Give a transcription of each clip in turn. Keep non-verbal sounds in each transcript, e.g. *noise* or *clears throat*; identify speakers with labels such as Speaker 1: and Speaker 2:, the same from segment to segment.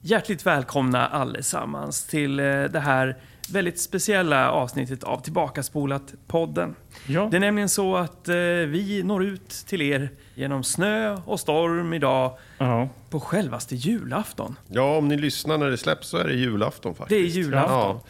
Speaker 1: Hjärtligt välkomna allesammans till eh, det här väldigt speciella avsnittet av Tillbakaspolat-podden.
Speaker 2: Ja.
Speaker 1: Det är nämligen så att eh, vi når ut till er genom snö och storm idag
Speaker 2: ja.
Speaker 1: på självaste julafton.
Speaker 3: Ja, om ni lyssnar när det släpps så är det julafton
Speaker 1: Det
Speaker 3: faktiskt.
Speaker 1: är julafton.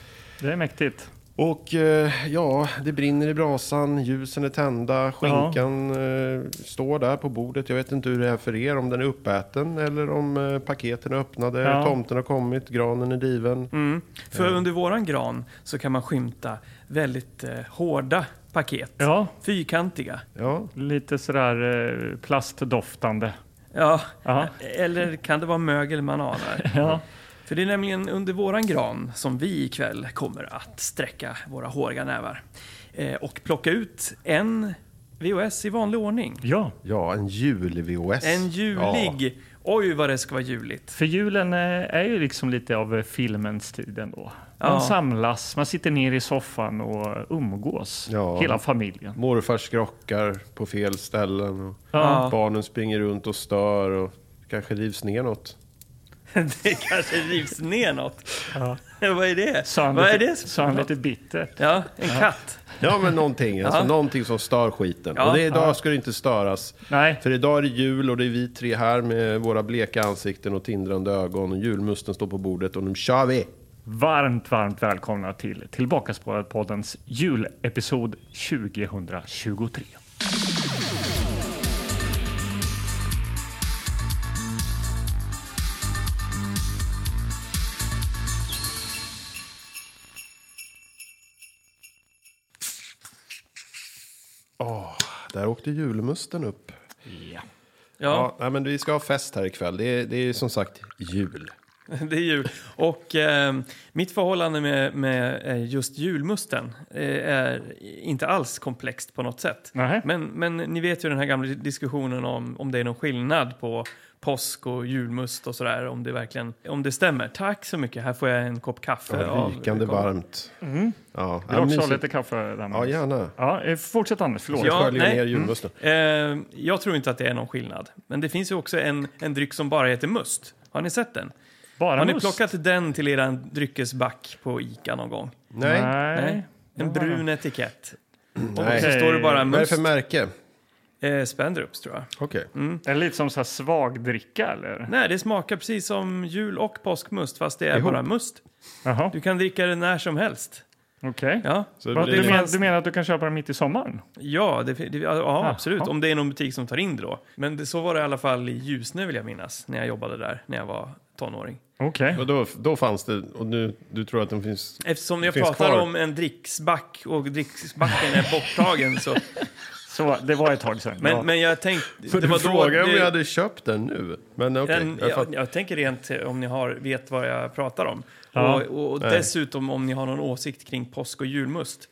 Speaker 2: Det är mäktigt.
Speaker 3: Ja. Och eh, ja, det brinner i brasan, ljusen är tända, skinkan eh, står där på bordet. Jag vet inte hur det är för er, om den är uppäten eller om eh, paketen är öppnade,
Speaker 2: Ja.
Speaker 3: tomten har kommit, granen är diven.
Speaker 1: Mm. För under våran gran så kan man skymta väldigt eh, hårda paket.
Speaker 2: Ja,
Speaker 1: Fyrkantiga.
Speaker 3: Ja,
Speaker 2: lite sådär eh, plastdoftande.
Speaker 1: Ja,
Speaker 2: Ja.
Speaker 1: eller kan det vara mögel man anar?
Speaker 2: Ja.
Speaker 1: För det är nämligen under våran gran som vi ikväll kommer att sträcka våra håriga nävar. Eh, och plocka ut en VOS i vanlig ordning.
Speaker 2: ja,
Speaker 3: ja en jul-VHS.
Speaker 1: En
Speaker 3: Ja.
Speaker 1: julig. Oj vad det ska vara juligt. *laughs*
Speaker 2: för julen eh, är ju liksom lite av eh, filmens tid ändå. Man
Speaker 1: Ja.
Speaker 2: samlas, man sitter ner i soffan och umgås,
Speaker 3: Ja.
Speaker 2: hela familjen.
Speaker 3: Morfar skrockar på fel ställen och
Speaker 1: Ja.
Speaker 3: barnen springer runt och stör och kanske rivs ner något.
Speaker 1: Det kanske rivs ner något.
Speaker 2: Ja.
Speaker 1: *laughs* vad är det?
Speaker 2: Sa han
Speaker 1: vad
Speaker 2: lite,
Speaker 1: är det?
Speaker 2: Sa han lite bittert.
Speaker 1: Ja, en katt.
Speaker 3: Ja, men någonting. Alltså,
Speaker 1: Ja.
Speaker 3: Någonting som stör skiten.
Speaker 1: Ja.
Speaker 3: Och det, idag ska det inte störas.
Speaker 2: Nej.
Speaker 3: För idag är det jul och det är vi tre här med våra bleka ansikten och tindrande ögon. Och julmusten står på bordet och nu kör vi!
Speaker 2: Varmt, varmt välkomna till Tillbakaspårat-poddens julepisod 2023.
Speaker 3: Där åkte julmusten upp.
Speaker 2: Ja.
Speaker 1: Ja,
Speaker 3: Ja, nej, men vi ska ha fest här ikväll. Det är, det är som sagt jul.
Speaker 1: *laughs* det är jul. Och eh, mitt förhållande med, med eh, just julmusten eh, är inte alls komplext på något sätt.
Speaker 2: Nej.
Speaker 1: Men, men ni vet ju den här gamla diskussionen om, om det är någon skillnad på påsk och julmust och sådär. Om det verkligen om det stämmer. Tack så mycket. Här får jag en kopp kaffe. av-
Speaker 3: Rykande varmt. Ja,
Speaker 2: Vill du också ha
Speaker 3: mysigt.
Speaker 2: lite kaffe? Anders?
Speaker 3: ja, gärna.
Speaker 2: Ja, eh, fortsätt Anders, förlåt.
Speaker 1: Ja,
Speaker 3: Sköljer
Speaker 1: nej.
Speaker 3: ner julmusten.
Speaker 1: Eh, jag tror inte att det är någon skillnad. Men det finns ju också en, en dryck som bara heter must. Har ni sett den?
Speaker 2: Bara
Speaker 1: Har ni
Speaker 2: must?
Speaker 1: plockat den till eran dryckesback på Ica någon gång?
Speaker 3: Nej. nej.
Speaker 1: Mm. Nej. En brun
Speaker 3: *clears throat*
Speaker 1: etikett. Och så
Speaker 3: Okej.
Speaker 1: står det bara
Speaker 3: Vad är det
Speaker 1: must. Mm.
Speaker 3: för märke?
Speaker 1: Eh, Spendrups tror jag.
Speaker 3: Okej.
Speaker 2: Är det lite som så här svagdricka eller?
Speaker 1: Nej, det smakar precis som jul och påskmust fast det är
Speaker 3: Ihop.
Speaker 1: bara must.
Speaker 2: Jaha,
Speaker 1: Du kan dricka det när som helst.
Speaker 2: okej.
Speaker 1: Ja,
Speaker 3: Så det
Speaker 2: Vad,
Speaker 3: blir-
Speaker 2: Du, men, du menar att du kan köpa den mitt i sommaren?
Speaker 1: ja, det, det, ja,
Speaker 3: Ah,
Speaker 1: absolut.
Speaker 2: ja.
Speaker 1: Om det är någon butik som tar in det då. Men det, så var det i alla fall i Ljusne vill jag minnas när jag jobbade där när jag var tonåring.
Speaker 2: Okej.
Speaker 3: Och då, då fanns det, och nu, du tror att den finns...
Speaker 1: Eftersom jag
Speaker 3: finns
Speaker 1: pratar
Speaker 3: kvar.
Speaker 1: om en dricksback och dricksbacken är borttagen
Speaker 3: *laughs*
Speaker 1: så...
Speaker 2: Så det var ett tag sedan.
Speaker 1: Men,
Speaker 2: ja.
Speaker 1: men jag tänkte...
Speaker 3: För
Speaker 1: det
Speaker 3: du
Speaker 1: var då...
Speaker 3: frågade om
Speaker 1: det-
Speaker 3: jag hade köpt den nu. Men okej,
Speaker 1: Den,
Speaker 3: jag,
Speaker 1: jag,
Speaker 3: fattar.
Speaker 1: jag tänker rent eh, om ni har, vet vad jag pratar om.
Speaker 2: Ja.
Speaker 1: Och, och, och
Speaker 3: Nej.
Speaker 1: dessutom om ni har någon åsikt kring påsk och julmust.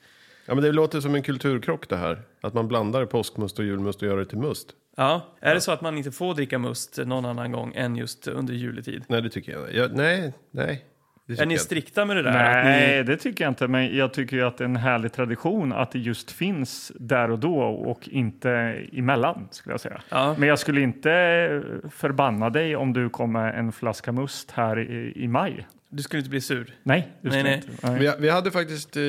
Speaker 3: Ja, men det låter som en kulturkrock det här. Att man blandar påskmust och julmust och gör det till must.
Speaker 1: Ja. Är det så att man inte får dricka must någon annan gång än just under juletid?
Speaker 3: Nej, det tycker jag inte. Jag- Nej, nej. Det tycker
Speaker 1: Är ni
Speaker 3: jag inte.
Speaker 1: strikta med det där? Att Ni,
Speaker 2: Nej, det tycker jag inte. Men jag tycker ju att det är en härlig tradition att det just finns där och då och inte emellan, skulle jag säga.
Speaker 1: ja.
Speaker 2: Men jag skulle inte eh, förbanna dig om du kom med en flaska must här i, i maj.
Speaker 1: Du skulle inte bli sur?
Speaker 2: Nej, du
Speaker 1: Nej,
Speaker 2: skulle
Speaker 1: nej.
Speaker 2: inte. Nej.
Speaker 3: Vi, vi hade faktiskt eh,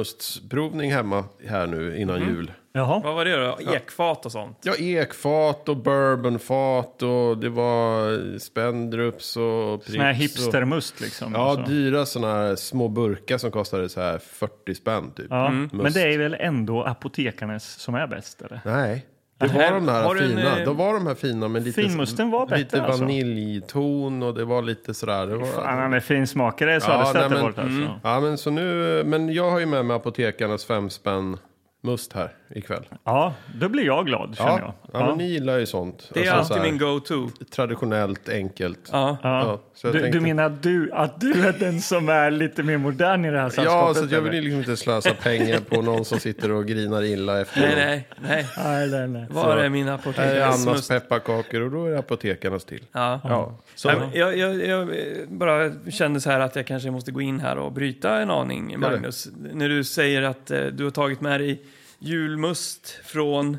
Speaker 3: julmustsprovning hemma här nu innan
Speaker 1: Mm.
Speaker 3: jul.
Speaker 2: Jaha.
Speaker 1: Vad var det då? Ekfat och sånt?
Speaker 3: Ja, ekfat och bourbonfat och det var eh, Spendrups och Pripps.
Speaker 2: Sån här
Speaker 3: Och,
Speaker 2: hipstermust liksom.
Speaker 3: ja,
Speaker 2: alltså.
Speaker 3: dyra sådana här små burkar som kostade så här 40 spänn typ.
Speaker 2: Ja,
Speaker 1: Mm.
Speaker 2: Men
Speaker 3: Must.
Speaker 2: det är väl ändå apotekarnas som är bäst? Eller?
Speaker 3: Nej. Det
Speaker 1: Nej,
Speaker 3: var de här
Speaker 1: har du en,
Speaker 3: fina.
Speaker 1: eh,
Speaker 3: De var de här fina men lite,
Speaker 2: Finmusten var bättre,
Speaker 3: lite
Speaker 2: alltså.
Speaker 3: vaniljton och det var lite sådär. Det var,
Speaker 2: Fan, han är finsmakare, så
Speaker 3: Ja,
Speaker 2: hade det
Speaker 3: nej, men- mm.
Speaker 2: varit alltså.
Speaker 3: Ja, men så nu... Men jag har ju med mig apotekarnas femspänn must här ikväll.
Speaker 2: Ja, då blir jag glad, känner
Speaker 3: ja,
Speaker 2: jag. Ja.
Speaker 3: men ni gillar ju sånt.
Speaker 1: Det är
Speaker 3: Alltså,
Speaker 1: alltid
Speaker 3: så här,
Speaker 1: min go-to.
Speaker 3: Traditionellt, enkelt.
Speaker 1: Ja.
Speaker 2: Ja.
Speaker 3: så jag
Speaker 2: du,
Speaker 3: tänkte-
Speaker 2: du menar att du, att du är den som är lite mer modern i det här sällskapet?
Speaker 3: Ja, så att jag vill ju
Speaker 2: eller?
Speaker 3: liksom inte slösa pengar på någon som sitter och grinar illa efter
Speaker 1: Nej,
Speaker 3: någon.
Speaker 1: nej, nej.
Speaker 2: Nej, nej, nej.
Speaker 1: Var
Speaker 3: Så-
Speaker 1: är min
Speaker 3: Här är
Speaker 1: apotekare?
Speaker 3: Annas pepparkakor och då är det apotekarnas till.
Speaker 1: Ja.
Speaker 3: Ja, så,
Speaker 1: Nej, men jag, jag, jag eh, bara kände så här att jag kanske måste gå in här och bryta en aning,
Speaker 3: det.
Speaker 1: Magnus. När du säger att eh, du har tagit med dig julmust från...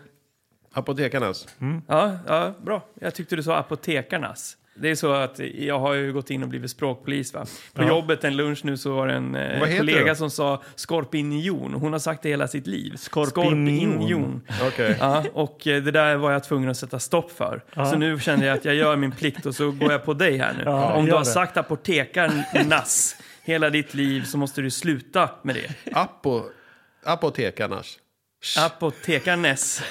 Speaker 3: apotekarnas.
Speaker 1: Ja, ja, bra. Jag tyckte du sa apotekarnas. Det är så att jag har ju gått in och blivit språkpolis. Va? På
Speaker 2: Ja.
Speaker 1: jobbet en lunch nu så var det en eh,
Speaker 3: Vad heter
Speaker 1: kollega
Speaker 3: du?
Speaker 1: som sa skorpinjon. Hon har sagt det hela sitt liv.
Speaker 2: Skorpinion.
Speaker 1: Mm.
Speaker 3: Okej.
Speaker 1: *laughs* Ja, och eh, det där var jag tvungen att sätta stopp för.
Speaker 2: Ja.
Speaker 1: Så nu känner jag att jag gör min plikt och så går jag på dig här nu.
Speaker 2: Ja,
Speaker 1: Om du
Speaker 2: gör
Speaker 1: har
Speaker 2: det.
Speaker 1: sagt apotekarnas hela ditt liv så måste du sluta med det.
Speaker 3: Apo, apotekarnas.
Speaker 1: Apotekarnes.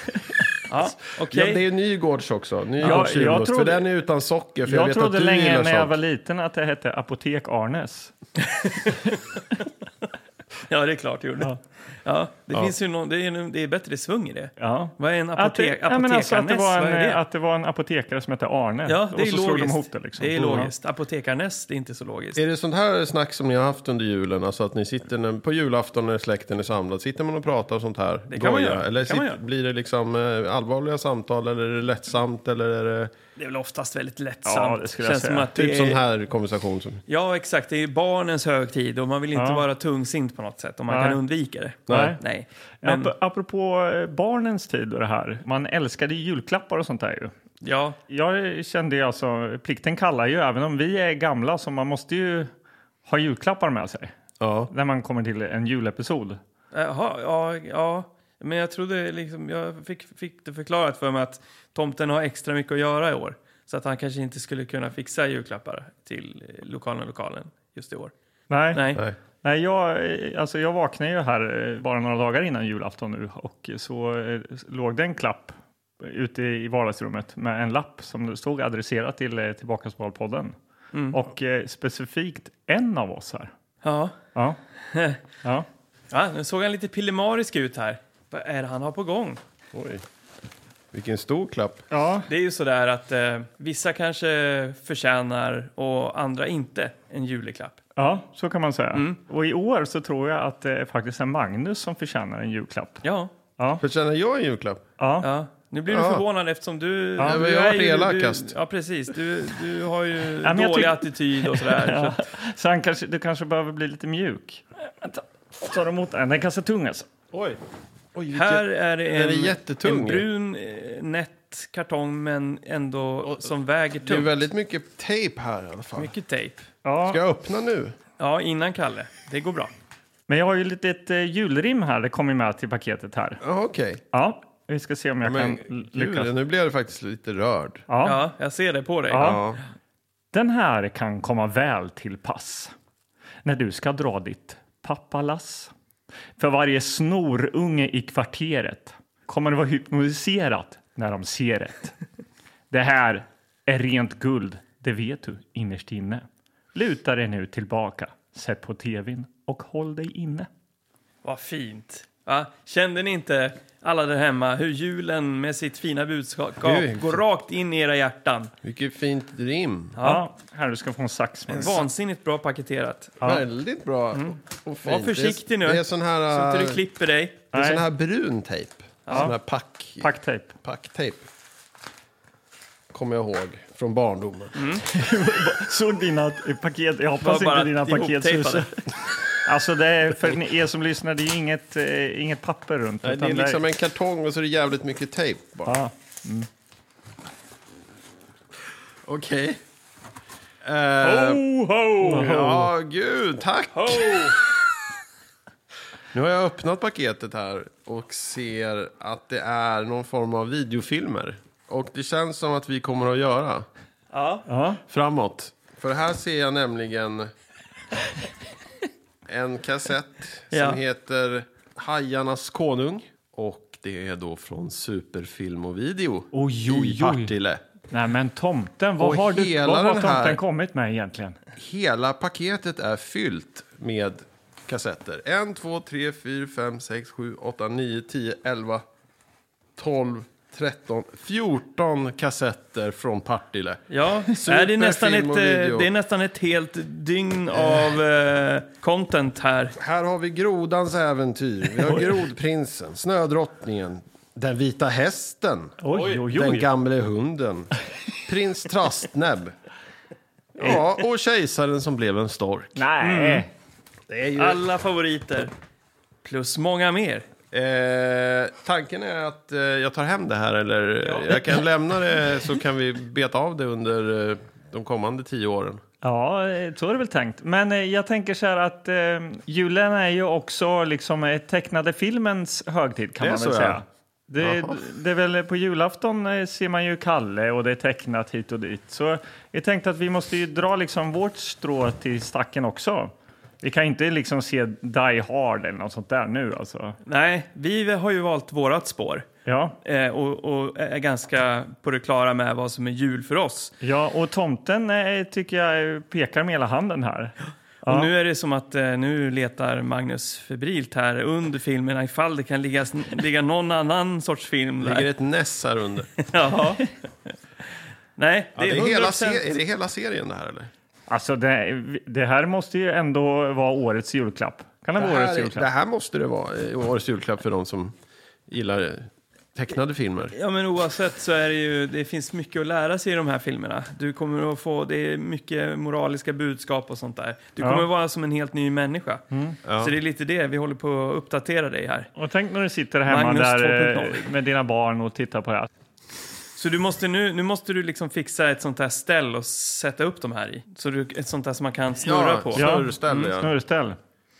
Speaker 1: Ja, okej.
Speaker 3: Ja, det är Nygårds också.
Speaker 2: jag
Speaker 3: Nygårds julmust. För
Speaker 2: trodde-
Speaker 3: den är utan socker. För jag,
Speaker 2: Jag,
Speaker 3: vet att
Speaker 2: trodde
Speaker 3: du
Speaker 2: länge
Speaker 3: gillar
Speaker 2: när jag
Speaker 3: socker.
Speaker 2: var liten att det hette Apotek Arnes.
Speaker 1: Ja, det är klart det gjorde. Ja.
Speaker 2: Ja.
Speaker 1: det finns ju någon, det är, en- det är bättre svung i det.
Speaker 2: Ja.
Speaker 1: Vad är en
Speaker 2: Att det,
Speaker 1: apotek,
Speaker 2: ja, men alltså att, det
Speaker 1: apotekarnes?
Speaker 2: var
Speaker 1: Vad är
Speaker 2: en,
Speaker 1: det?
Speaker 2: att det var en apotekare som hette Arne.
Speaker 1: Ja, det
Speaker 2: och
Speaker 1: är
Speaker 2: så slog de
Speaker 1: logiskt.
Speaker 2: ihop det. Liksom.
Speaker 1: Det är
Speaker 2: Ja.
Speaker 1: logiskt. Apotekarnes, det är inte så logiskt.
Speaker 3: Är det sånt här snack som ni har haft under julen? Alltså att ni sitter när, på julafton när släkten är samlad. Sitter man och pratar och sånt här?
Speaker 1: Det kan man
Speaker 3: Goja?
Speaker 1: göra.
Speaker 3: Eller
Speaker 1: Det kan man
Speaker 3: sit-
Speaker 1: göra.
Speaker 3: blir det liksom eh, allvarliga samtal? Eller är det lättsamt? Eller är det
Speaker 1: Det är väl oftast väldigt
Speaker 2: Ja,
Speaker 1: lättsamt.
Speaker 2: det skulle jag
Speaker 1: Känns
Speaker 2: säga.
Speaker 1: som att
Speaker 3: typ
Speaker 1: det
Speaker 3: sån
Speaker 1: är,
Speaker 3: här konversation? Som,
Speaker 1: Ja, exakt. Det är ju barnens högtid och man vill inte
Speaker 2: Ja.
Speaker 1: vara tungsint på något sätt om man
Speaker 2: Nej.
Speaker 1: kan undvika det.
Speaker 2: Nej.
Speaker 1: Nej. Men,
Speaker 2: Ap- apropå eh, barnens tid och det här. Man älskade ju julklappar och sånt där ju.
Speaker 1: ja,
Speaker 2: Jag kände ju alltså, plikten kallar ju, även om vi är gamla så man måste ju ha julklappar med sig
Speaker 3: ja.
Speaker 2: när man kommer till en julepisod.
Speaker 1: Jaha, ja, ja. Men jag trodde liksom, jag fick, fick det förklarat för mig att tomten har extra mycket att göra i år. Så att han kanske inte skulle kunna fixa julklappar till eh, lokalen, lokalen just i år.
Speaker 2: Nej, Nej.
Speaker 1: Nej.
Speaker 3: Nej.
Speaker 2: Nej jag, eh, alltså jag vaknade ju här eh, bara några dagar innan julafton nu och så eh, låg det en klapp ute i vardagsrummet med en lapp som det stod adresserat till eh, Tillbakaspalpodden. Och eh, specifikt en av oss här.
Speaker 1: Ja.
Speaker 2: Ja. ja.
Speaker 1: ja, nu såg han lite pillemarisk ut här. Vad är det han har på gång?
Speaker 3: Oj. Vilken stor klapp.
Speaker 2: ja.
Speaker 1: Det är ju sådär att eh, vissa kanske förtjänar och andra inte en juleklapp.
Speaker 2: Ja, så kan man säga. Och i år så tror jag att det är faktiskt en Magnus som förtjänar en julklapp.
Speaker 1: Ja,
Speaker 2: Ja,
Speaker 3: Förtjänar jag en julklapp?
Speaker 2: ja.
Speaker 1: ja. Nu blir du
Speaker 3: Ja.
Speaker 1: förvånad eftersom du...
Speaker 3: men
Speaker 1: du
Speaker 3: jag har
Speaker 1: är
Speaker 3: varit
Speaker 1: ju-
Speaker 3: elakast.
Speaker 1: Du, ja, precis. Du, du har ju
Speaker 2: men jag
Speaker 1: dålig
Speaker 2: tyck-
Speaker 1: attityd och
Speaker 3: *laughs*
Speaker 1: sådär. Så att,
Speaker 2: Så han kanske, du kanske behöver bli lite mjuk. Vänta, tar emot den. Den kastar tung alltså.
Speaker 3: Oj. Oj vilken...
Speaker 1: Här är det en,
Speaker 3: är jättetung
Speaker 1: en
Speaker 3: ju.
Speaker 1: brun eh, nätt kartong men ändå som väger
Speaker 3: Det är
Speaker 1: tungt.
Speaker 3: väldigt mycket tejp här i alla fall.
Speaker 1: Mycket tejp.
Speaker 2: Ja,
Speaker 3: Ska jag öppna nu?
Speaker 1: Ja, innan Kalle. Det går bra.
Speaker 2: men jag har ju ett litet eh, julrim här. Det kommer ju med till paketet här.
Speaker 3: Ja, okej.
Speaker 2: Ja, vi ska se om jag
Speaker 3: Men
Speaker 2: kan l-
Speaker 3: gud,
Speaker 2: lyckas.
Speaker 3: nu blir jag faktiskt lite rörd.
Speaker 2: Ja.
Speaker 1: Ja, jag ser det på dig.
Speaker 2: Ja.
Speaker 3: Ja.
Speaker 2: Den här kan komma väl till pass när du ska dra ditt pappalass. För varje snorunge i kvarteret kommer att vara hypnotiserat när de ser det. Det här är rent guld, det vet du innerst inne. Luta dig nu tillbaka, sätt på tvn och håll dig inne.
Speaker 1: Vad fint. Va? Kände ni inte, alla där hemma, hur julen med sitt fina budskap
Speaker 3: Det är-
Speaker 1: går rakt in i era hjärtan?
Speaker 3: Vilket fint rim.
Speaker 2: Ja, här du ska få en sax. med.
Speaker 1: Vansinnigt bra paketetet.
Speaker 3: Väldigt bra. Och fint.
Speaker 1: Var försiktig nu,
Speaker 3: Det är, det är sån
Speaker 1: så
Speaker 3: här,
Speaker 1: inte
Speaker 3: äh,
Speaker 1: du klipper dig.
Speaker 3: det är sån
Speaker 2: Nej.
Speaker 3: här brun tejp. Sån här pack,
Speaker 2: Packtejp.
Speaker 3: packtejp. Kommer jag ihåg från barndomen.
Speaker 2: Såg dina paket? Jag hoppas
Speaker 1: Det var bara
Speaker 2: inte dina
Speaker 1: ihoptejpade.
Speaker 2: paket susar. Alltså det är, för ni- er som lyssnar, det är inget, eh, inget papper runt.
Speaker 3: Nej, det är
Speaker 2: utan
Speaker 3: liksom en kartong och så är det jävligt mycket tejp bara.
Speaker 2: ja.
Speaker 3: Okej. Eh,
Speaker 2: Ho, ho!
Speaker 3: Ja,
Speaker 2: Oh.
Speaker 3: gud, tack! Nu har jag öppnat paketet här och ser att det är någon form av videofilmer. Och det känns som att vi kommer att göra.
Speaker 1: Ja.
Speaker 2: Ja.
Speaker 3: framåt. För här ser jag nämligen en kassett
Speaker 1: Ja.
Speaker 3: som heter Hajarnas konung. Och det är då från Superfilm och video
Speaker 2: Oj, oj,
Speaker 3: i
Speaker 2: oj.
Speaker 3: Partille.
Speaker 2: Nej men tomten, vad
Speaker 3: Och
Speaker 2: har, du,
Speaker 3: hela
Speaker 2: vad har
Speaker 3: den
Speaker 2: tomten
Speaker 3: här-
Speaker 2: kommit med egentligen?
Speaker 3: Hela paketet är fyllt med kassetter. 1, 2, 3, 4, 5, 6, 7, 8, 9, 10, 11, 12, 13, 14 kassetter från Partille.
Speaker 1: Ja, nej, det, är nästan ett,
Speaker 3: Superfilm och
Speaker 1: eh,
Speaker 3: video.
Speaker 1: det är nästan ett helt dygn av eh, content här.
Speaker 3: Här har vi Grodans äventyr, vi har Grodprinsen, Snödrottningen, Den vita hästen,
Speaker 2: Oj, oj,
Speaker 3: Den
Speaker 2: oj.
Speaker 3: gamle hunden, Prins Trastnäbb. Ja, och Kejsaren som blev en stork.
Speaker 2: Nej.
Speaker 3: Det är ju...
Speaker 1: Alla favoriter. Plus många mer.
Speaker 3: eh, tanken är att eh, jag tar hem det här, eller eh, jag kan lämna det så kan vi beta av det under eh, de kommande tio åren.
Speaker 2: Ja, eh, så är det väl tänkt. Men eh, jag tänker så här att eh, julen är ju också liksom eh, tecknade filmens högtid kan
Speaker 3: Det är
Speaker 2: man väl
Speaker 3: så, ja.
Speaker 2: säga. Det,
Speaker 3: Jaha.
Speaker 2: det är väl eh, på julafton eh, ser man ju Kalle och det är tecknat hit och dit. Så jag tänkte att vi måste ju dra liksom vårt strå till stacken också. Vi kan inte liksom se Die Hard eller något sånt där nu alltså.
Speaker 1: Nej, vi har ju valt vårat spår
Speaker 2: Ja,
Speaker 1: eh, och, och är ganska på det klara med vad som är jul för oss.
Speaker 2: ja och tomten eh, tycker jag eh, pekar med hela handen här. Ja.
Speaker 1: Och nu är det som att eh, nu letar Magnus febrilt här under filmerna ifall det kan ligga, ligga någon annan sorts film
Speaker 3: Det ligger
Speaker 1: där.
Speaker 3: ett näs här under.
Speaker 1: *laughs* Ja. Nej,
Speaker 3: Ja,
Speaker 1: det
Speaker 3: det
Speaker 1: är
Speaker 3: är,
Speaker 1: 100%.
Speaker 3: hela se- är det hela serien det här eller?
Speaker 2: Alltså det, det här måste ju ändå vara årets julklapp. Kan det,
Speaker 3: Det
Speaker 2: vara årets
Speaker 3: här,
Speaker 2: julklapp?
Speaker 3: det här måste det vara, eh, årets julklapp för de som gillar eh, tecknade filmer.
Speaker 1: Ja, men oavsett så är det ju, det finns mycket att lära sig i de här filmerna. Du kommer att få, det är mycket moraliska budskap och sånt där. Du
Speaker 2: Ja. Mm.
Speaker 1: kommer att vara som en helt ny människa.
Speaker 3: Ja.
Speaker 1: Så det är lite det, vi håller på att uppdatera dig här.
Speaker 2: Och tänk när du sitter hemma
Speaker 1: Magnus
Speaker 2: där
Speaker 1: 2.0.
Speaker 2: eh, med dina barn och tittar på det här.
Speaker 1: Så du måste nu, nu måste du liksom fixa ett sånt här ställ och sätta upp de här i. Så du, ett sånt där som man kan snurra på.
Speaker 3: Ja, snurrställ, ja.
Speaker 2: Mm, Snurrställ.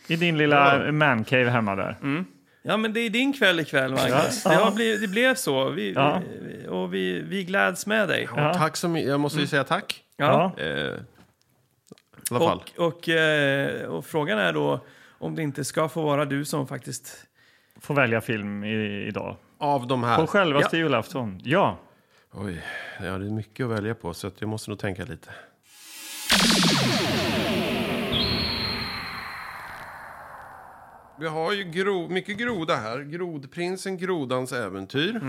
Speaker 2: I din lilla mancave hemma där.
Speaker 1: Ja, men det är din kväll ikväll, Magnus. Det, har blivit, det blev så. Vi,
Speaker 2: Ja.
Speaker 1: vi, och vi, vi gläds med dig.
Speaker 3: Ja, Tack så mycket. Jag måste ju säga tack.
Speaker 2: Ja.
Speaker 3: Eh, I alla fall.
Speaker 1: Och, och, eh, och frågan är då om det inte ska få vara du som faktiskt...
Speaker 2: Får välja film i, idag.
Speaker 3: Av de här.
Speaker 2: På självaste julafton. Ja.
Speaker 3: Ja. Oj, ja, det är mycket att välja på så att jag måste nog tänka lite. Vi har ju gro, mycket groda här. Grodprinsen, Grodans äventyr.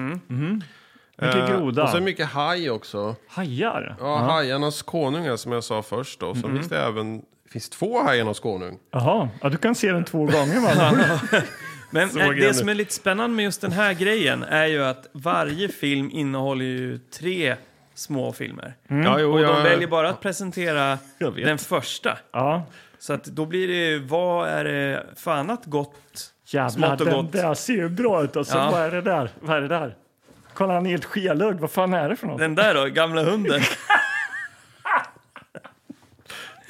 Speaker 2: Mycket groda.
Speaker 3: Eh, och sen mycket haj också.
Speaker 2: Hajar.
Speaker 3: Ja, hajarnas konungar som jag sa först då. Sen finns det även, finns två hajarnas konung.
Speaker 2: Jaha. Ja, du kan se den två gånger. Man.
Speaker 1: Men eh,
Speaker 3: jag nu.
Speaker 1: det som är lite spännande med just den här grejen är ju att varje film innehåller ju tre små filmer.
Speaker 3: Mm. Ja, jo,
Speaker 1: Och
Speaker 3: jag,
Speaker 1: de väljer bara att presentera
Speaker 3: Jag vet.
Speaker 1: den första.
Speaker 2: Ja.
Speaker 1: Så att då blir det, vad är det för annat gott?
Speaker 2: Jävlar,
Speaker 1: Smått och
Speaker 2: den
Speaker 1: gott.
Speaker 2: där ser ju bra ut. Alltså.
Speaker 1: Ja.
Speaker 2: Vad är det där? Vad är det där? Kolla, han är helt skelögd. Vad fan är det för något?
Speaker 1: Den där då, gamla hunden.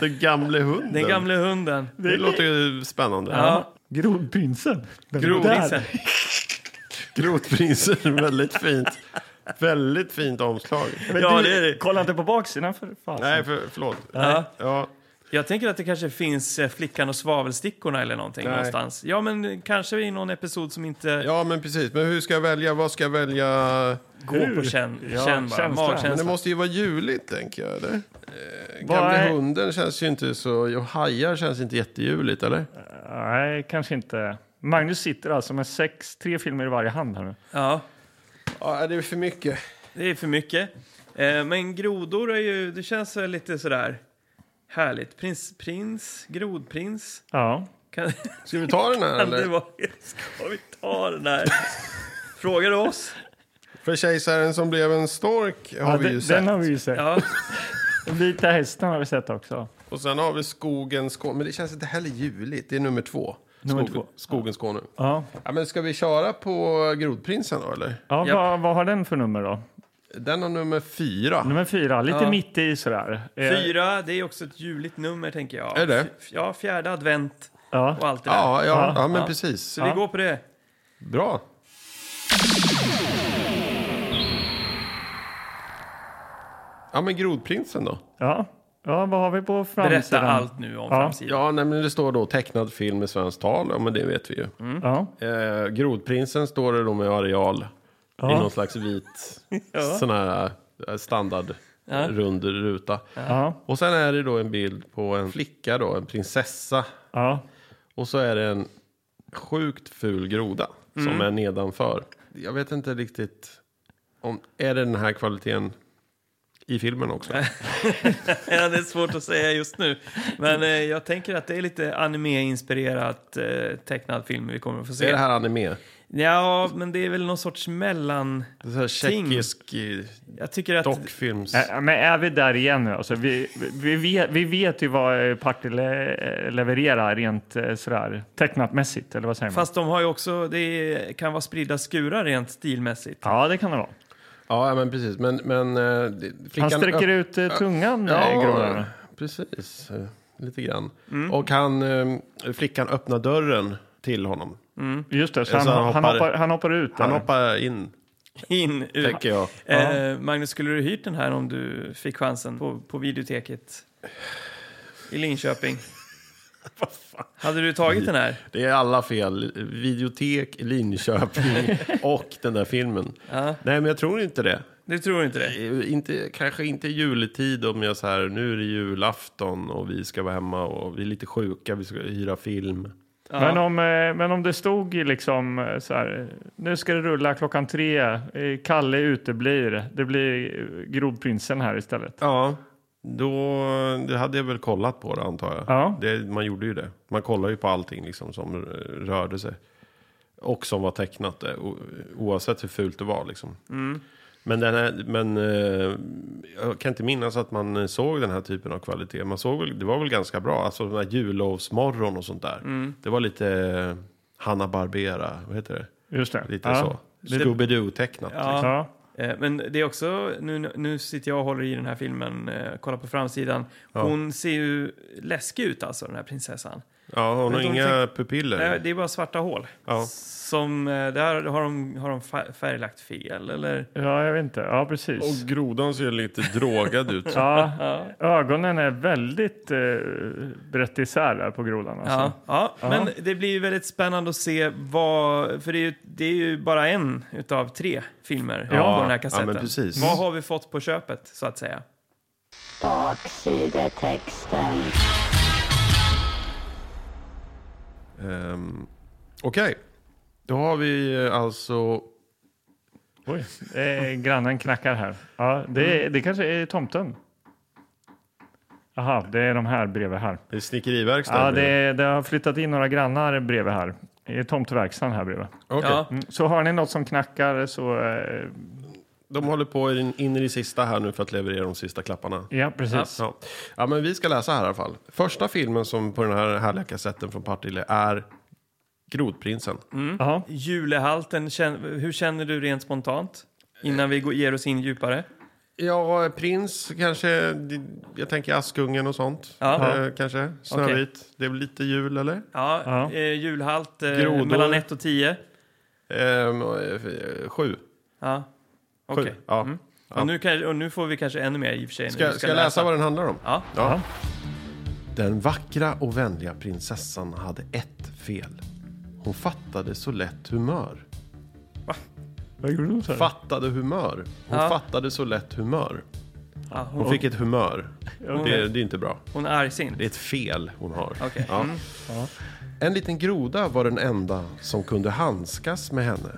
Speaker 3: Den gamle hunden.
Speaker 1: Den gamla hunden.
Speaker 3: Det låter ju spännande.
Speaker 1: Ja,
Speaker 2: Grodprinsen. Den
Speaker 1: grovisen.
Speaker 2: där.
Speaker 3: Grodprinsen, väldigt fint. Väldigt fint omslag.
Speaker 2: Men
Speaker 1: Ja,
Speaker 2: du,
Speaker 1: det är det.
Speaker 2: Kolla inte på baksidan för fan.
Speaker 3: Nej, för, förlåt.
Speaker 1: Ja.
Speaker 3: Ja,
Speaker 1: Jag tänker att det kanske finns eh, Flickan och svavelstickorna eller någonting
Speaker 3: Nej.
Speaker 1: någonstans. Ja, men eh, kanske i någon episod som inte
Speaker 3: ja, men precis. Men hur ska jag välja? Vad ska jag välja?
Speaker 1: går på
Speaker 2: Hur?
Speaker 1: känn,
Speaker 2: Ja,
Speaker 1: känn bara.
Speaker 2: känslan.
Speaker 3: Men det
Speaker 1: Magkänslan.
Speaker 3: måste ju vara juligt, tänker jag. Eller? Eh,
Speaker 2: Vad
Speaker 3: Gamle
Speaker 2: är-
Speaker 3: hunden känns ju inte så... Och hajar känns inte jättejuligt, eller?
Speaker 2: Nej, kanske inte. Magnus sitter alltså med sex, tre filmer i varje hand här nu.
Speaker 1: Ja,
Speaker 3: Ja, det är för mycket.
Speaker 1: det är för mycket. Eh, Men grodor är ju, det känns väl lite sådär härligt. Prins, prins, grodprins.
Speaker 2: Ja.
Speaker 1: Kan, *laughs*
Speaker 3: Ska vi ta den *laughs* här,
Speaker 1: kan det
Speaker 3: eller?
Speaker 1: vara, ska vi ta den här? Frågar du oss?
Speaker 3: För kejsaren som blev en stork har
Speaker 2: ja
Speaker 3: vi
Speaker 2: den,
Speaker 3: ju sett.
Speaker 2: den har vi ju sett.
Speaker 1: Ja,
Speaker 2: Vita hästen har vi sett också.
Speaker 3: Och sen har vi skogens konung. Men det känns inte heller juligt. Det är nummer två.
Speaker 2: Nummer två.
Speaker 3: Skogens konung.
Speaker 2: Ja,
Speaker 3: Ja, men ska vi köra på Grodprinsen då, eller?
Speaker 2: ja
Speaker 1: Japp.
Speaker 2: vad, vad har den för nummer då?
Speaker 3: Den har nummer fyra.
Speaker 2: Nummer fyra, lite
Speaker 1: Ja.
Speaker 2: mitt i sådär. Eh,
Speaker 1: fyra, det är också ett juligt nummer tänker jag.
Speaker 3: Är det?
Speaker 1: F- Ja, fjärde advent
Speaker 2: Ja.
Speaker 1: och allt det där.
Speaker 3: Ja, ja, ja,
Speaker 2: Ja.
Speaker 3: men
Speaker 1: Ja.
Speaker 3: precis.
Speaker 1: Så vi går på det.
Speaker 3: Bra. Ja, men Grodprinsen då?
Speaker 2: ja. Ja, vad har vi på framsidan?
Speaker 1: Berätta allt nu om
Speaker 2: Ja.
Speaker 1: framsidan.
Speaker 3: Ja, nej, men det står då tecknad film med svenskt tal. Ja, men det vet vi ju.
Speaker 2: Mm. Ja.
Speaker 3: Eh, Grodprinsen står det då med areal i någon slags vit sån här eh, standard rund ruta.
Speaker 2: Ja.
Speaker 3: Och sen är det då en bild på en flicka då, en prinsessa.
Speaker 2: Ja.
Speaker 3: Och så är det en sjukt ful groda som är nedanför. Jag vet inte riktigt om, är det den här kvaliteten i filmen också?
Speaker 1: Ja, *laughs* det är svårt att säga just nu. Men eh, jag tänker att det är lite anime-inspirerat eh, tecknad film vi kommer att få
Speaker 3: Är
Speaker 1: se.
Speaker 3: det här anime?
Speaker 1: Ja, men det är väl någon sorts mellan...
Speaker 3: Det är så här
Speaker 1: Ting.
Speaker 3: tjeckisk eh,
Speaker 1: Jag tycker att...
Speaker 3: dockfilms...
Speaker 2: Ä- Men är vi där igen nu? Alltså, vi, vi, vet, vi vet ju vad eh, Partille eh, levererar rent eh, sådär tecknatmässigt, eller vad säger man?
Speaker 1: Fast de har ju också... Det är- kan vara spridda skurar rent stilmässigt.
Speaker 2: Ja, det kan det vara.
Speaker 3: Ja, men precis. Men, men eh, det- flickan
Speaker 2: Han sträcker
Speaker 3: öpp-
Speaker 2: ut eh, tungan, eh,
Speaker 3: Ja,
Speaker 2: grodorna.
Speaker 3: precis. Eh, Lite grann. Och han, eh, flickan öppnar dörren till honom.
Speaker 2: Just det, så
Speaker 3: Så
Speaker 2: han,
Speaker 3: han
Speaker 2: han,
Speaker 3: hoppar-
Speaker 2: hoppar, han, hoppar, ut där.
Speaker 3: Han hoppar in,
Speaker 1: In, ut.
Speaker 3: tänker jag.
Speaker 1: Eh, Magnus, skulle du hyrt den här om du fick chansen på, på videoteket i Linköping? Hade du tagit den här?
Speaker 3: Det är alla fel. Videotek, i Linköping och den där filmen.
Speaker 1: Ja.
Speaker 3: Nej, men jag tror inte det.
Speaker 1: Du tror inte det?
Speaker 3: Eh, Inte, kanske inte juletid om jag så här, nu är det julafton och vi ska vara hemma och vi är lite sjuka, vi ska hyra film.
Speaker 2: Men, om, eh, men om det stod ju liksom eh, så här, eh, nu ska det rulla klockan tre, eh, Kalle uteblir, det blir eh, grodprinsen här istället.
Speaker 3: Ja, då det hade jag väl kollat på det antar jag.
Speaker 2: Ja.
Speaker 3: Det, man gjorde ju det. Man kollar ju på allting liksom som eh, rörde sig. Och som var tecknat, eh, o- oavsett hur fult det var liksom.
Speaker 1: Mm.
Speaker 3: Men, den här, men eh, jag kan inte minnas att man eh, såg den här typen av kvalitet. Man såg väl, det var väl ganska bra, alltså den här jullovsmorgon och sånt
Speaker 1: Mm.
Speaker 3: där. Det var lite eh, Hanna Barbera, vad heter det?
Speaker 2: Just det.
Speaker 3: Lite
Speaker 2: ja.
Speaker 3: så. Scooby-Doo-tecknat.
Speaker 1: Ja.
Speaker 2: Ja.
Speaker 1: Eh, Men det är också, nu, nu sitter jag och håller i den här filmen, eh, kollar på framsidan. Hon ser ju läskig ut alltså, den här prinsessan.
Speaker 3: Ja, hon har
Speaker 1: Men de
Speaker 3: inga pupiller.
Speaker 1: Nej, det är bara svarta hål.
Speaker 3: Ja.
Speaker 1: Som, eh, där har de, har de fa- färglagt fel eller?
Speaker 2: ja, jag vet inte. Ja, precis.
Speaker 3: Och grodan ser lite drogad ut.
Speaker 2: Ja, ögonen är väldigt eh, brett isär där på grodan. Alltså.
Speaker 1: Ja, ja,
Speaker 2: Ja.
Speaker 1: men det blir ju väldigt spännande att se vad, för det är ju, det är ju bara en utav tre filmer
Speaker 3: Ja,
Speaker 1: på den här
Speaker 3: ja,
Speaker 1: kassetten.
Speaker 3: men precis.
Speaker 1: Vad har vi fått på köpet så att säga?
Speaker 4: Baksidetexten.
Speaker 3: Ehm, Okej, då har vi eh, alltså...
Speaker 2: Oj, eh, grannen knackar här. Ja, det, det kanske är tomten. Aha, det är de här bredvid här.
Speaker 3: Det är snickeriverkstad.
Speaker 2: Ja, det, det har flyttat in några grannar bredvid här. Det är tomtverkstan här bredvid.
Speaker 3: Okej.
Speaker 1: Ja,
Speaker 2: Mm. Så har ni något som knackar så... Eh,
Speaker 3: De håller på i den- in i det sista här nu för att leverera de sista klapparna.
Speaker 2: ja, precis.
Speaker 3: Ja. ja, men vi ska läsa här i alla fall. Första filmen som på den här härliga kassetten från Partille är Grodprinsen.
Speaker 2: Ja.
Speaker 1: julehalten, kän- hur känner du rent spontant? Innan vi går- ger oss in djupare.
Speaker 3: Ja, prins kanske. det- Jag tänker Askungen och sånt.
Speaker 1: Ja.
Speaker 3: Eh, kanske. Snövit. Det är väl lite jul, eller?
Speaker 1: Ja,
Speaker 2: Ja.
Speaker 1: Eh, julhalt
Speaker 3: Grodor.
Speaker 1: eh, mellan 1 och 10.
Speaker 3: Ehm, eh, sju.
Speaker 1: Ja, okej. Mm.
Speaker 3: Sju. Ja.
Speaker 1: Och, nu kan- och nu får vi kanske ännu mer i och för sig. när
Speaker 3: Ska,
Speaker 1: vi
Speaker 3: ska jag läsa vad den handlar om?
Speaker 1: Ja.
Speaker 3: Ja. Den vackra och vänliga prinsessan hade ett fel. Hon fattade så lätt humör.
Speaker 2: Vad gjorde du så här?
Speaker 3: Fattade humör. Hon
Speaker 1: Ja.
Speaker 3: fattade så lätt humör.
Speaker 1: Ja,
Speaker 3: Hon
Speaker 1: hon,
Speaker 3: fick ett humör. Det, är- det är inte bra.
Speaker 1: hon är argsint.
Speaker 3: Det är ett fel hon har.
Speaker 1: Okej. Mm.
Speaker 3: Ja. En liten groda var den enda som kunde handskas med henne.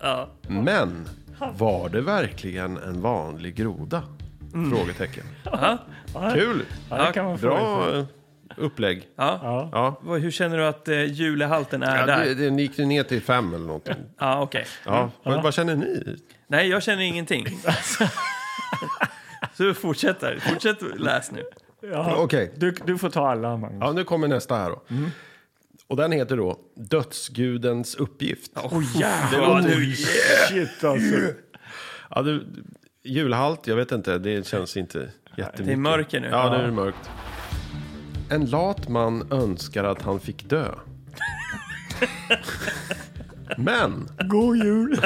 Speaker 1: Ja.
Speaker 3: Men var det verkligen en vanlig groda?
Speaker 1: Mm.
Speaker 3: Frågetecken. Kul!
Speaker 2: Ja, det kan man få.
Speaker 3: Bra eh, upplägg.
Speaker 1: Ja.
Speaker 2: Ja.
Speaker 3: Ja.
Speaker 1: Vad- Hur känner du att eh, julehalten är
Speaker 3: Ja,
Speaker 1: där?
Speaker 3: det, det, ni gick ju ner till fem eller någonting.
Speaker 1: Mm. Ja, okej.
Speaker 3: Ja. Vad, vad känner ni?
Speaker 1: Nej, jag känner ingenting. Så fortsätt där. Fortsätt läs nu.
Speaker 2: Ja.
Speaker 3: Okej.
Speaker 2: Du, du får ta alla, Magnus.
Speaker 3: Ja, nu kommer nästa här då.
Speaker 1: Mm.
Speaker 3: Och den heter då Dödsgudens uppgift.
Speaker 1: Åh oh, jävlar!
Speaker 2: Shit, alltså.
Speaker 3: *laughs* Ja, du, julhalt, jag vet inte, det känns inte jättemycket.
Speaker 1: Det är mörker nu.
Speaker 3: Ja, nu är det mörkt. En lat man önskar att han
Speaker 1: *laughs*
Speaker 3: fick dö. Men,
Speaker 2: God jul!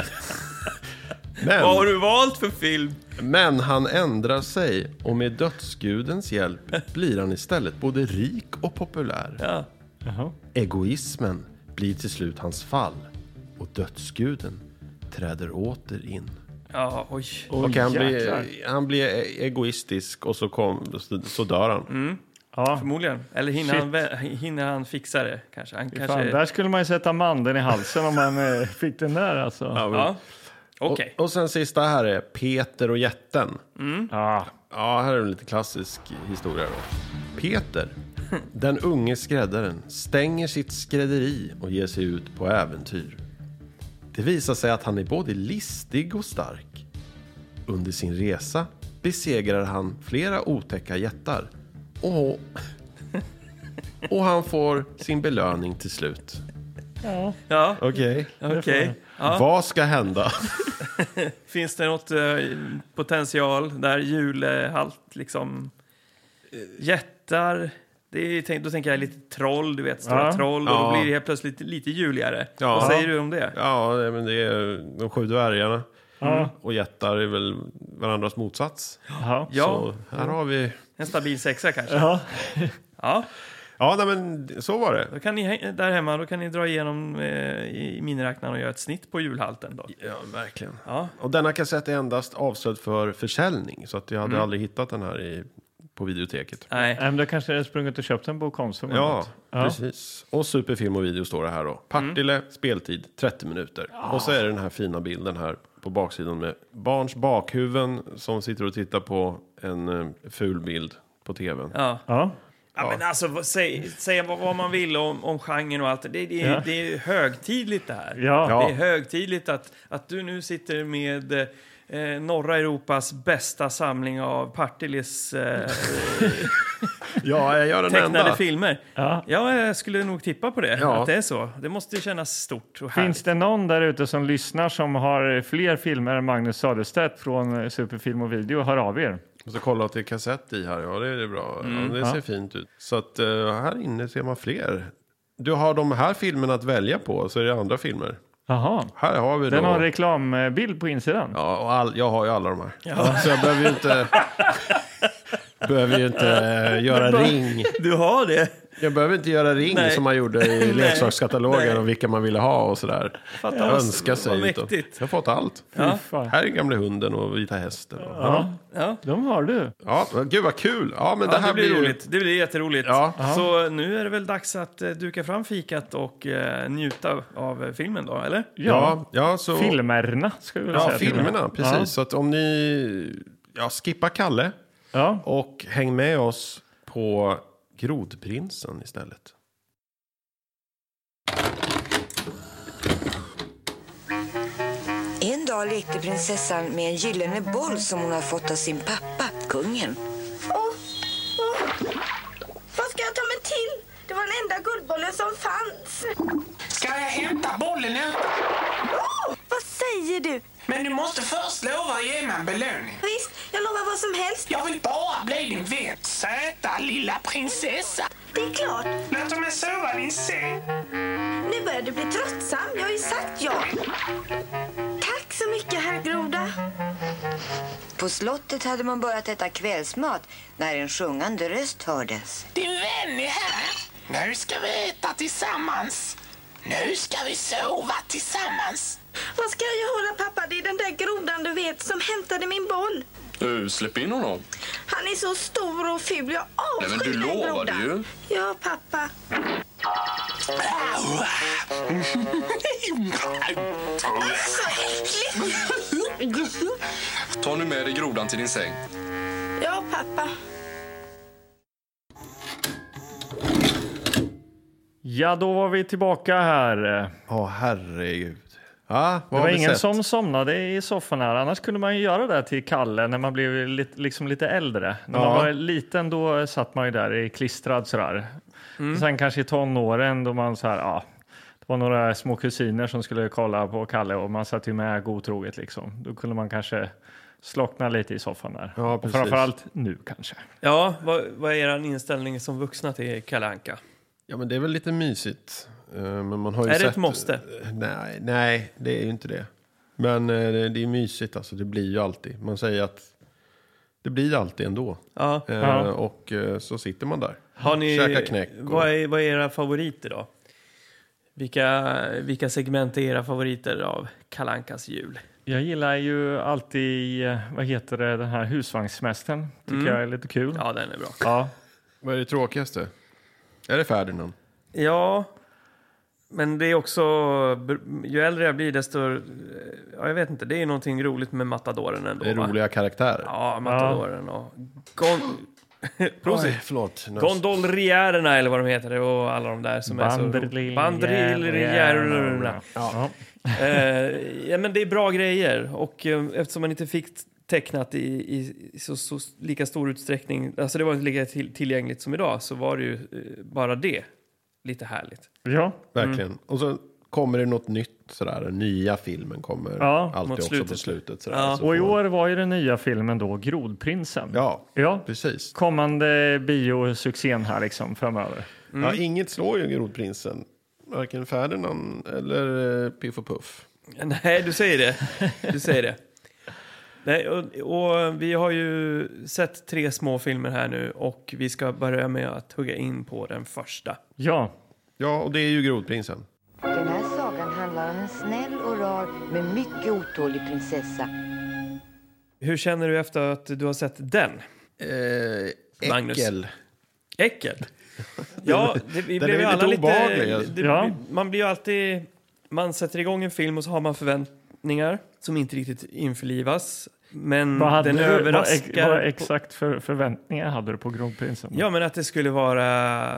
Speaker 1: Vad har
Speaker 3: men,
Speaker 1: du valt för film?
Speaker 3: men han ändrar sig och med dödsgudens hjälp blir han istället både rik och populär.
Speaker 1: Ja.
Speaker 3: Egoismen blir till slut hans fall och dödsguden träder åter in.
Speaker 1: Ja, oj.
Speaker 2: Oj,
Speaker 3: och han
Speaker 2: jäklar.
Speaker 3: blir, han blir e- egoistisk och så, kom, så, så dör han.
Speaker 2: Ja.
Speaker 1: Förmodligen. Eller hinner
Speaker 2: Shit.
Speaker 1: han, vä- hinner han fixa det kanske? Han kanske...
Speaker 2: Fan, där skulle man ju sätta mandeln i halsen om man eh, fick den där alltså. Ja.
Speaker 1: Ja.
Speaker 3: Och,
Speaker 1: Okej.
Speaker 3: och sen sista här är Peter och jätten.
Speaker 2: Ja.
Speaker 3: Ja, här är en lite klassisk historia då. Peter, den unge skräddaren, stänger sitt skrädderi och ger sig ut på äventyr. Det visar sig att han är både listig och stark. Under sin resa besegrar han flera otäcka jättar. Och, och han får sin belöning till slut.
Speaker 1: Ja,
Speaker 3: Okej.
Speaker 1: okej. Ja.
Speaker 3: Vad ska hända?
Speaker 1: Finns det något eh, potential där julhalt liksom jättar? Det är, tänk- då tänker jag lite troll, du vet, stora
Speaker 2: Ja.
Speaker 1: troll. Och
Speaker 3: Ja.
Speaker 1: då blir det helt plötsligt lite, lite juligare.
Speaker 3: Ja.
Speaker 1: Vad säger du om det?
Speaker 3: Ja, det- men det är de sju dvärgarna.
Speaker 2: Ja.
Speaker 3: Och jättar är väl varandras motsats.
Speaker 2: Jaha.
Speaker 1: Ja,
Speaker 3: Så här har vi...
Speaker 1: en stabil sexa kanske.
Speaker 2: Ja.
Speaker 1: Ja,
Speaker 3: Ja, nej, men så var det.
Speaker 1: då kan ni he- där hemma, då kan ni dra igenom eh, i miniräknaren och göra ett snitt på julhalten då.
Speaker 3: Ja, verkligen.
Speaker 1: Ja,
Speaker 3: Och denna kassett är endast avsedd för försäljning. Så att jag hade aldrig hittat den här i, på videoteket.
Speaker 1: nej.
Speaker 2: Nej, men då kanske jag hade sprungit och köpt den på Konsum. eller
Speaker 3: Ja, Mm.
Speaker 2: något.
Speaker 3: precis. Och Superfilm och video står det här då. Partille, speltid 30 minuter. Och så är det den här fina bilden här på baksidan med barns bakhuvuden som sitter och tittar på en eh, ful bild på tvn.
Speaker 1: Ja.
Speaker 2: Ja.
Speaker 1: Ja, men alltså, vad- säg, säga vad, vad man vill om, om genren och allt. Det, det, är-
Speaker 2: Ja.
Speaker 1: det är högtidligt det här.
Speaker 2: Ja.
Speaker 3: Ja.
Speaker 1: Det är högtidligt att, att du nu sitter med eh, norra Europas bästa samling av Partilles eh,
Speaker 3: Ja, jag gör den
Speaker 1: tecknade
Speaker 3: enda.
Speaker 1: filmer.
Speaker 2: Ja.
Speaker 1: Ja, jag skulle nog tippa på det.
Speaker 3: Ja.
Speaker 1: Att det är så. Det måste ju kännas stort och härligt.
Speaker 2: Finns det någon där ute som lyssnar som har fler filmer än Magnus Söderstedt från eh, Superfilm och video? Hör av er.
Speaker 3: Och så kolla att det är kassett i här. Ja, det är det bra. ja, det ser fint ut. Så att eh, här inne ser man fler. Du har de här filmerna att välja på, så är det andra filmer.
Speaker 2: Jaha.
Speaker 3: Här har vi
Speaker 2: Den
Speaker 3: då...
Speaker 2: har en reklambild på insidan.
Speaker 3: Ja, och all, jag har ju alla de här. Så jag behöver ju
Speaker 1: *laughs*
Speaker 3: inte... behöver ju inte eh, göra ring.
Speaker 1: Du har det?
Speaker 3: Jag behöver inte göra ring
Speaker 1: Nej.
Speaker 3: som man gjorde i leksakskatalogen
Speaker 1: Nej.
Speaker 3: om vilka man ville ha och sådär.
Speaker 1: Fattar vad-
Speaker 3: Önska sig.
Speaker 1: vad
Speaker 3: utav-
Speaker 1: mäktigt.
Speaker 3: Jag har fått allt.
Speaker 1: Ja.
Speaker 2: Fan.
Speaker 3: Här är gamle hunden och vita hästen. Och, ja.
Speaker 1: ja.
Speaker 2: De har du.
Speaker 3: Ja. gud vad kul. Ja, men
Speaker 1: Ja,
Speaker 3: det
Speaker 1: det,
Speaker 3: här
Speaker 1: blir
Speaker 3: blir ju-
Speaker 1: roligt. Det blir jätteroligt.
Speaker 3: Ja.
Speaker 1: Så nu är det väl dags att eh, duka fram fikat och eh, njuta av eh, filmen då, eller?
Speaker 2: Ja.
Speaker 3: Ja, ja, så...
Speaker 2: Filmerna, ska vi väl
Speaker 3: Ja,
Speaker 2: säga. till och med.
Speaker 3: filmerna. Precis. Så att om ni... Ja, skippa Kalle
Speaker 2: Ja. Ja.
Speaker 3: och häng med oss på Grodprinsen istället.
Speaker 4: En dag lekte prinsessan med en gyllene boll som hon har fått av sin pappa, kungen.
Speaker 5: Åh, åh. Vad ska jag ta mig till? Det var den enda guldbollen som fanns.
Speaker 6: Ska jag hämta bollen nu?
Speaker 5: Vad säger du?
Speaker 6: Men du måste först lova att ge mig en belöning.
Speaker 5: Visst, jag lovar vad som helst.
Speaker 6: Jag vill bara bli din vän, söta lilla prinsessa.
Speaker 5: Det är klart.
Speaker 6: Låt mig sova i din säng.
Speaker 5: Nu börjar du bli tröttsam. Jag har ju sagt ja. Tack så mycket, herr Groda.
Speaker 4: På slottet hade man börjat äta kvällsmat när en sjungande röst hördes.
Speaker 6: Din vän är här. Nu ska vi äta tillsammans. Nu ska vi sova tillsammans.
Speaker 5: Vad ska jag göra, pappa? Det är den där grodan du vet som hämtade min boll.
Speaker 7: Du, släpp in honom.
Speaker 5: Han är så stor och ful. Jag
Speaker 7: Nej, men
Speaker 5: avskyr
Speaker 7: du
Speaker 5: den
Speaker 7: lovade
Speaker 5: grodan.
Speaker 7: ju.
Speaker 5: Ja, pappa.
Speaker 6: Au.
Speaker 5: Så äckligt.
Speaker 7: Ta nu med dig grodan till din säng.
Speaker 5: Ja, pappa.
Speaker 2: ja, då var vi tillbaka här.
Speaker 3: Ja, herregud. Ja,
Speaker 2: Det var ingen som somnade i soffan här. Annars kunde man ju göra det till Kalle när man blev lite, liksom lite äldre. När
Speaker 3: Ja.
Speaker 2: man var liten då satt man ju där i klistrad sådär.
Speaker 3: Mm.
Speaker 2: Sen kanske i tonåren då man så här, ja. Det var några små kusiner som skulle kolla på Kalle och man satt ju med godtroget liksom. Då kunde man kanske slockna lite i soffan där.
Speaker 3: Ja,
Speaker 2: och
Speaker 3: precis.
Speaker 2: framförallt nu kanske.
Speaker 1: Ja, vad, vad är er inställning som vuxna till Kalle Anka?
Speaker 3: Ja, men det är väl lite mysigt. Eh, Men man har ju
Speaker 1: Är det
Speaker 3: sett...
Speaker 1: ett måste?
Speaker 3: Nej, nej, det är ju inte det. Men eh, det det är mysigt, alltså. Det blir ju alltid. Man säger att det blir alltid ändå.
Speaker 1: Ja.
Speaker 3: Eh,
Speaker 2: Ja.
Speaker 3: Och eh, så sitter man där.
Speaker 1: Har ni,
Speaker 3: Käkar knäck. Och...
Speaker 1: Vad, är, vad är era favoriter då? Vilka, vilka segment är era favoriter av Kalankas jul?
Speaker 2: Jag gillar ju alltid, eh, vad heter det, den här husvagnssemestern. Tycker
Speaker 3: Mm.
Speaker 2: jag är lite kul.
Speaker 1: Ja, den är bra.
Speaker 2: ja.
Speaker 3: Vad är det tråkigaste? Är det Ferdinand?
Speaker 1: Ja, men det är också... Ju äldre jag blir, desto... Ja, jag vet inte. Det är någonting roligt med matadoren ändå.
Speaker 3: Det är
Speaker 1: va?
Speaker 3: roliga karaktärer.
Speaker 1: Ja, matadoren och... Gon... *laughs*
Speaker 3: Oj,
Speaker 1: Prosit!
Speaker 3: förlåt. Nu-
Speaker 1: Gondolrierna eller vad de heter och alla de där som är så...
Speaker 2: Bandriljärerna.
Speaker 1: Bandriljärerna.
Speaker 2: Ja.
Speaker 1: eh, ja, men det är bra grejer. Och eh, eftersom man inte fick tecknat i, i, i så, så lika stor utsträckning, alltså det var inte lika till, tillgängligt som idag, så var det ju eh, bara det lite härligt.
Speaker 2: Ja.
Speaker 3: Verkligen. Och så kommer det något nytt sådär, den nya filmen kommer
Speaker 2: Ja,
Speaker 3: alltid
Speaker 1: mot
Speaker 3: också på
Speaker 1: slutet.
Speaker 3: slutet. Sådär,
Speaker 1: Ja.
Speaker 3: så
Speaker 2: Och i
Speaker 3: får man-
Speaker 2: år var ju den nya filmen då Grodprinsen.
Speaker 3: Ja,
Speaker 2: Ja.
Speaker 3: precis.
Speaker 2: Kommande biosuccén här liksom framöver.
Speaker 3: Ja, inget slår ju Grodprinsen. Varken Ferdinand eller eh, Piff och Puff.
Speaker 1: Nej, du säger det. Du säger det. Nej, och, och vi har ju sett tre små filmer här nu och vi ska börja med att hugga in på den första.
Speaker 2: Ja,
Speaker 3: Ja, och det är ju Grodprinsen.
Speaker 4: Den här sagan handlar om en snäll och rar men mycket otålig prinsessa.
Speaker 1: Hur känner du efter att du har sett den?
Speaker 3: Eh,
Speaker 1: Magnus.
Speaker 3: äckel. *laughs*
Speaker 1: Äckel? Ja, det, vi
Speaker 3: Den
Speaker 1: blev
Speaker 3: är
Speaker 1: ju
Speaker 3: lite
Speaker 1: alla lite...
Speaker 3: obehaglig. alltså.
Speaker 1: Det,
Speaker 2: Ja.
Speaker 1: Man blir ju alltid... Man sätter igång en film och så har man förväntningar som inte riktigt införlivas. Men
Speaker 2: vad hade
Speaker 1: Mm. den
Speaker 2: du,
Speaker 1: överraskar...
Speaker 2: vad, vad
Speaker 1: på-
Speaker 2: exakt för förväntningar hade du på Grodprinsen?
Speaker 1: Ja, men att det skulle vara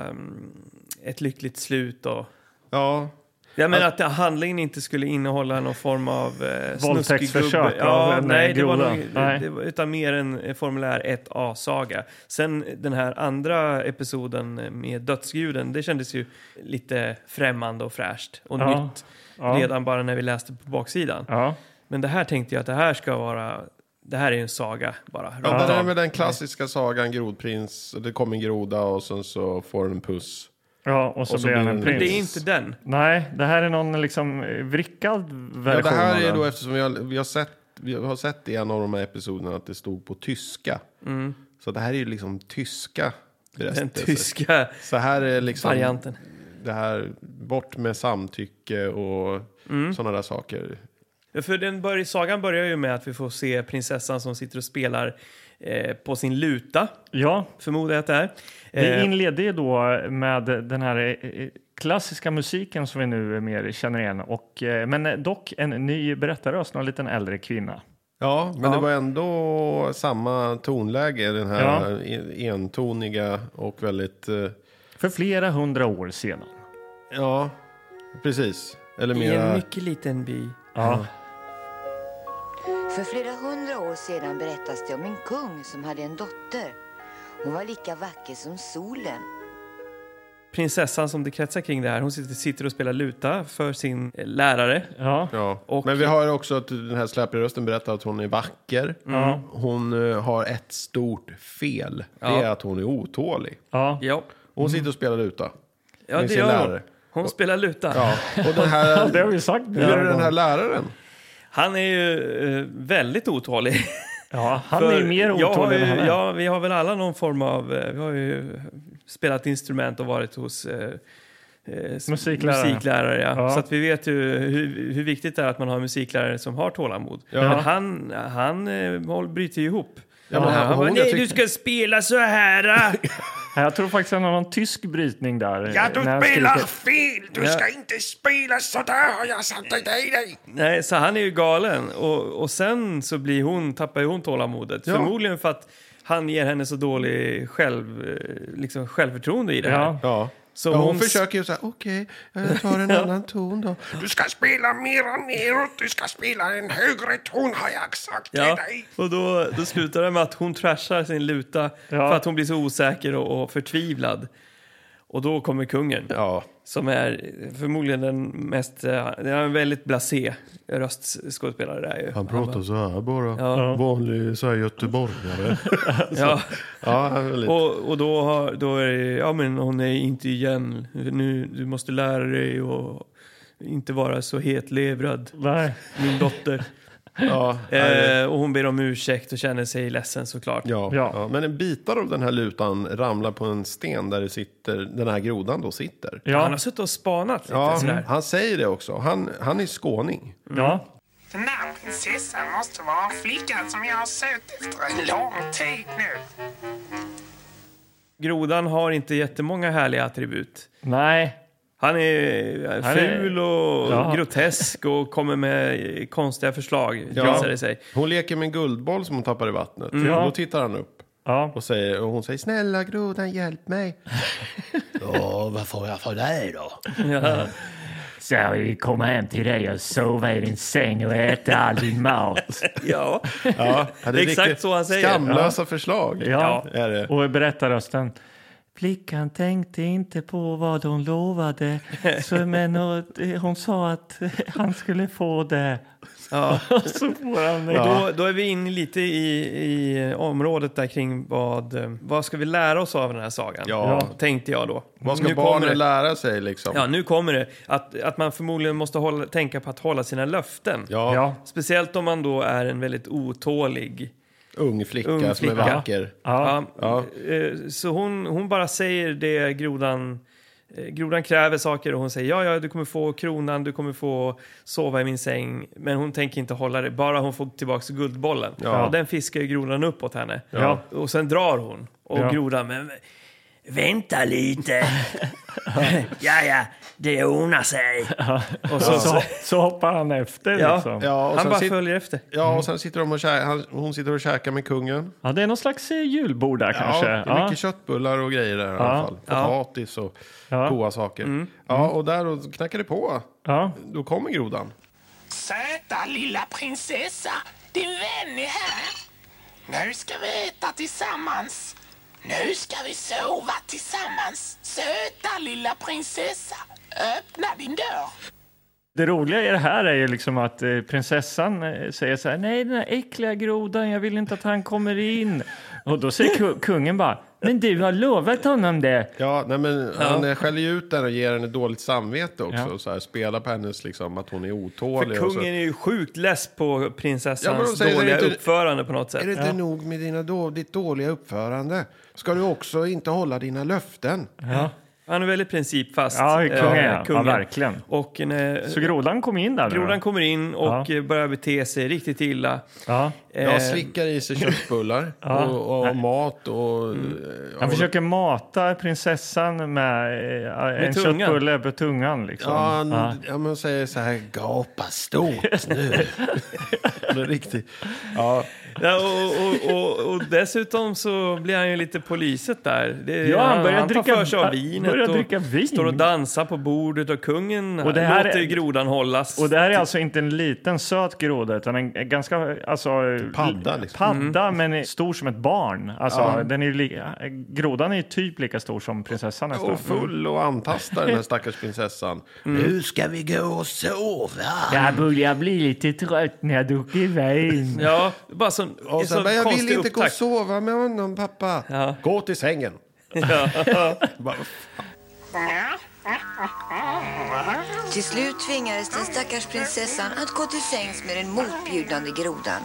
Speaker 1: mm, ett lyckligt slut och...
Speaker 3: Ja,
Speaker 1: Jag menar att det- handlingen inte skulle innehålla någon form av eh, snuskig
Speaker 2: Våldtäktsförsök
Speaker 1: gubbe.
Speaker 2: av
Speaker 1: Ja,
Speaker 2: en,
Speaker 1: nej,
Speaker 2: eh,
Speaker 1: det var
Speaker 2: groda.
Speaker 1: nog,
Speaker 2: Nej.
Speaker 1: Det var, utan mer en eh, formulär 1A-saga. Sen den här andra episoden med dödsguden, det kändes ju lite främmande och fräscht och
Speaker 2: Ja,
Speaker 1: nytt
Speaker 2: ja.
Speaker 1: redan bara när vi läste på baksidan.
Speaker 2: Ja.
Speaker 1: Men det här tänkte jag att det här ska vara, det här är ju en saga bara. rakt
Speaker 3: Ja, den är
Speaker 1: av.
Speaker 3: med den klassiska sagan Grodprins. Det kommer en groda och sen så får den en puss.
Speaker 2: ja, och så,
Speaker 3: Och så
Speaker 2: blir han
Speaker 3: blir
Speaker 2: en
Speaker 3: det-
Speaker 1: Men
Speaker 2: prins.
Speaker 1: det är inte den.
Speaker 2: Nej, det här är någon liksom eh, vrickad
Speaker 3: Ja,
Speaker 2: version
Speaker 3: det här
Speaker 2: av
Speaker 3: är
Speaker 2: den.
Speaker 3: då eftersom vi har, vi har sett vi har sett i en av de här episoderna att det stod på tyska. Så det här är ju liksom tyska
Speaker 1: Mm. Den
Speaker 3: berättelser.
Speaker 1: tyska
Speaker 3: Så här är liksom
Speaker 1: varianten.
Speaker 3: det här bort med samtycke och
Speaker 1: Mm.
Speaker 3: sådana där saker.
Speaker 1: Ja, För den bör, sagan börjar ju med att vi får se prinsessan som sitter och spelar eh, på sin luta,
Speaker 2: Ja,
Speaker 1: förmodar jag att det är.
Speaker 2: vi
Speaker 1: Eh,
Speaker 2: inleder ju då med den här eh, klassiska musiken som vi nu mer känner igen. Och, eh, men dock en ny berättarröst, en liten äldre kvinna.
Speaker 3: Ja, men det var ändå samma tonläge, den här en- entoniga och väldigt... eh,
Speaker 2: För flera hundra år sedan.
Speaker 3: Ja, precis. Eller
Speaker 1: I en
Speaker 3: mer...
Speaker 1: mycket liten by.
Speaker 2: Ja.
Speaker 4: För flera hundra år sedan berättas det om en kung som hade en dotter. Hon var lika vacker som solen.
Speaker 1: Prinsessan som det kretsar kring det här, hon sitter, sitter och spelar luta för sin eh, lärare.
Speaker 2: Ja.
Speaker 3: Ja.
Speaker 1: Och-
Speaker 3: Men vi har också att den här släpiga rösten berättar att hon är vacker. Hon eh, har ett stort fel. Det är att hon är otålig.
Speaker 2: ja.
Speaker 1: Ja,
Speaker 3: Hon sitter och spelar luta.
Speaker 1: ja
Speaker 3: Med
Speaker 1: det
Speaker 3: sin
Speaker 1: gör hon.
Speaker 3: lärare.
Speaker 1: Hon spelar luta.
Speaker 3: Ja. Och den här,
Speaker 2: Det har vi sagt nu.
Speaker 3: hur är det den här läraren?
Speaker 1: Han är ju eh, väldigt otålig.
Speaker 2: Ja, han
Speaker 1: För
Speaker 2: är ju mer
Speaker 1: jag har
Speaker 2: otålig än han
Speaker 1: ju,
Speaker 2: är.
Speaker 1: Ja, vi har väl alla någon form av... eh, Vi har ju spelat instrument och varit hos eh, eh, s-
Speaker 2: Musiklärare.
Speaker 1: musiklärare, ja.
Speaker 2: Ja.
Speaker 1: Så att vi vet ju hur, hur viktigt det är att man har en musiklärare som har tålamod. Men han, han eh, håll- bryter ju ihop.
Speaker 3: Ja, men
Speaker 1: han
Speaker 3: hon-
Speaker 1: bara,
Speaker 3: jag
Speaker 1: nej
Speaker 3: tyck-
Speaker 1: du ska spela så här!
Speaker 2: *laughs*
Speaker 1: ah."
Speaker 2: Jag tror faktiskt han har någon tysk brytning där.
Speaker 6: Ja, du
Speaker 2: eh, när han
Speaker 6: spelar
Speaker 2: skriker.
Speaker 6: fel! Du ska inte spela sådär har jag sagt till dig!
Speaker 1: nej, så han är ju galen. Och, och sen så blir hon, tappar ju hon tålamodet. Förmodligen för att han ger henne så dålig själv, eh, liksom självförtroende i det här.
Speaker 2: Ja.
Speaker 3: Ja.
Speaker 1: Så
Speaker 3: ja, hon,
Speaker 1: hon s-
Speaker 3: försöker ju så här, okej, eh, jag tar en annan ton då.
Speaker 6: Du ska spela mera neråt, du ska spela en högre ton har jag sagt till
Speaker 1: Ja,
Speaker 6: dig!
Speaker 1: och då, då slutar det med att hon trashar sin luta för att hon blir så osäker och, och förtvivlad. Och då kommer kungen,
Speaker 3: Ja.
Speaker 1: som är förmodligen den mest... eh, Det är en väldigt blasé röstskådespelare där ju.
Speaker 3: Han pratar så här bara.
Speaker 1: Ja.
Speaker 3: Vanlig så
Speaker 1: *laughs*
Speaker 3: här göteborgare.
Speaker 1: Ja,
Speaker 3: ja, han är lite.
Speaker 1: och, och då, har, då är det, ja men hon är inte igen, nu, du måste lära dig och inte vara så hetlevrad,
Speaker 2: Nej.
Speaker 1: min dotter.
Speaker 3: ja,
Speaker 1: Eh, och hon ber om ursäkt och känner sig ledsen såklart.
Speaker 3: Ja, ja.
Speaker 2: Ja.
Speaker 3: men en bitar av den här lutan ramlar på en sten där det sitter, den här grodan då sitter.
Speaker 1: Han
Speaker 2: Ja.
Speaker 1: har suttit och spanat lite
Speaker 3: Ja,
Speaker 1: sådär.
Speaker 3: han säger det också. Han, han är skåning.
Speaker 1: Mm.
Speaker 2: ja.
Speaker 6: Den där prinsessan måste vara flickan som jag har sökt efter en lång tid nu.
Speaker 1: Grodan har inte jättemånga härliga attribut.
Speaker 2: Nej.
Speaker 1: Han är eh,
Speaker 2: Han är-
Speaker 1: ful och
Speaker 2: Ja.
Speaker 1: grotesk och kommer med konstiga förslag,
Speaker 3: Ja.
Speaker 1: visar det sig. Mm.
Speaker 3: Hon leker med en guldboll som hon tappar i vattnet.
Speaker 2: Ja.
Speaker 3: Då tittar han upp
Speaker 2: Ja.
Speaker 3: och, säger, och hon säger snälla grodan hjälp mig. ja, vad får jag för det då?
Speaker 8: Så jag vill komma hem till dig och sova i din säng och äta all din mat.
Speaker 1: Ja.
Speaker 3: Ja, det
Speaker 1: Exakt
Speaker 3: är riktigt
Speaker 1: så han säger.
Speaker 3: Skamlösa förslag
Speaker 2: Ja.
Speaker 3: är det.
Speaker 2: Och berättarrösten. Flickan tänkte inte på vad hon lovade, så, men hon, hon sa att han skulle få det.
Speaker 1: Ja.
Speaker 2: Så får han det.
Speaker 1: Då, då är vi inne lite i, i området där kring vad, eh, vad ska vi lära oss av den här sagan?
Speaker 3: Ja.
Speaker 1: Tänkte jag då.
Speaker 3: Vad ska
Speaker 1: Nu kommer det.
Speaker 3: barnen lära sig liksom?
Speaker 1: Ja, nu kommer det. Att, att man förmodligen måste hålla, tänka på att hålla sina löften.
Speaker 3: Ja,
Speaker 2: Ja.
Speaker 1: Speciellt om man då är en väldigt otålig.
Speaker 3: ung flicka
Speaker 1: Ung
Speaker 3: som är
Speaker 1: flicka.
Speaker 3: vacker.
Speaker 2: Ja.
Speaker 3: Ja.
Speaker 1: eh, Så hon, hon bara säger det grodan, eh, grodan kräver saker och hon säger ja, ja, du kommer få kronan, du kommer få sova i min säng. Men hon tänker inte hålla det, bara hon får tillbaka guldbollen.
Speaker 2: Ja.
Speaker 1: Och den fiskar ju grodan upp åt henne.
Speaker 2: Ja.
Speaker 1: Och sen drar hon. Och
Speaker 2: Ja.
Speaker 1: grodan, men
Speaker 9: Vänta lite. *laughs* ja, ja, det ordnar sig.
Speaker 1: och så,
Speaker 2: Så, så hoppar han efter.
Speaker 1: Ja.
Speaker 2: Liksom. Ja.
Speaker 3: Ja, och
Speaker 1: han
Speaker 3: sen
Speaker 1: bara
Speaker 3: sit-
Speaker 1: följer efter.
Speaker 2: Mm.
Speaker 3: Ja, och sen sitter de och käkar, han, hon sitter och käkar med kungen.
Speaker 2: det är någon slags eh, julbord där
Speaker 3: Ja,
Speaker 2: kanske.
Speaker 3: det är mycket köttbullar och grejer där i alla fall. Potatis och
Speaker 2: Ja. Mm.
Speaker 3: goda saker. Ja, och där och knackar det på.
Speaker 2: ja.
Speaker 3: Då kommer grodan.
Speaker 6: Söta lilla prinsessa, din vän är här. Nu ska vi äta tillsammans. Nu ska vi sova tillsammans. Söta lilla prinsessa, öppna din dörr.
Speaker 2: Det roliga i det här är ju liksom att eh, prinsessan eh, säger så här, nej den här äckliga grodan, jag vill inte att han kommer in. Och då säger ku- kungen bara, men du har lovat honom det.
Speaker 3: Ja, nej men han eh, skäller ju ut den och ger henne dåligt samvete också.
Speaker 2: Ja.
Speaker 3: Och så här, spelar på hennes liksom att hon är otålig.
Speaker 1: För
Speaker 3: och så.
Speaker 1: kungen är ju sjukt less på
Speaker 3: Ja, men de
Speaker 1: prinsessans
Speaker 3: säger det
Speaker 1: dåliga
Speaker 3: inte-
Speaker 1: uppförande på något sätt.
Speaker 3: Är det inte nog med dina då, ditt dåliga uppförande? Ska du också inte hålla dina löften?
Speaker 1: Han är väldigt principfast.
Speaker 2: Ja,
Speaker 1: eh,
Speaker 2: kungen, ja. Ja, verkligen.
Speaker 1: Och när
Speaker 2: Så grodan kom in där. nu då.
Speaker 1: grodan kommer in och
Speaker 2: Ja.
Speaker 1: eh, börjar bete sig riktigt illa.
Speaker 2: ja.
Speaker 3: Jag
Speaker 1: Eh,
Speaker 3: slickar
Speaker 2: *laughs*
Speaker 3: i sig köttbullar och, och mat och... eh,
Speaker 2: Han försöker mata prinsessan med, eh, en
Speaker 1: tungan.
Speaker 2: köttbulle på tungan. Liksom.
Speaker 3: Ja, han, ja, men säger så här, gapa stort nu. det är riktigt. Ja,
Speaker 1: ja, och, och, och, och dessutom så blir han ju lite på lyset där. Det,
Speaker 2: Ja, han börjar
Speaker 1: han
Speaker 2: dricka-
Speaker 1: tar för sig av
Speaker 2: han
Speaker 1: vinet
Speaker 2: börjar
Speaker 1: och
Speaker 2: dricka vin.
Speaker 1: står och dansar på bordet och kungen
Speaker 2: Och det här
Speaker 1: låter
Speaker 2: är-
Speaker 1: ju grodan hållas.
Speaker 2: Och det här är alltså inte en liten söt groda utan en ganska alltså,
Speaker 1: Typ
Speaker 3: padda, liksom.
Speaker 2: padda
Speaker 8: Mm.
Speaker 2: men stor som ett barn. Alltså, den är ju li- grodan är ju typ lika stor som prinsessan nästan.
Speaker 3: och full och antastar den här stackars prinsessan. Nu ska vi gå och sova.
Speaker 8: Jag börjar bli lite trött när jag druckit vin.
Speaker 1: Ja, bara sån,
Speaker 3: Och
Speaker 1: sån
Speaker 3: sen, men jag vill
Speaker 1: konstig
Speaker 3: inte gå och
Speaker 1: upptakt.
Speaker 3: sova med honom, pappa. Gå till sängen. *laughs* Bara,
Speaker 4: Till slut tvingades den stackars prinsessan att gå till sängs med den motbjudande grodan.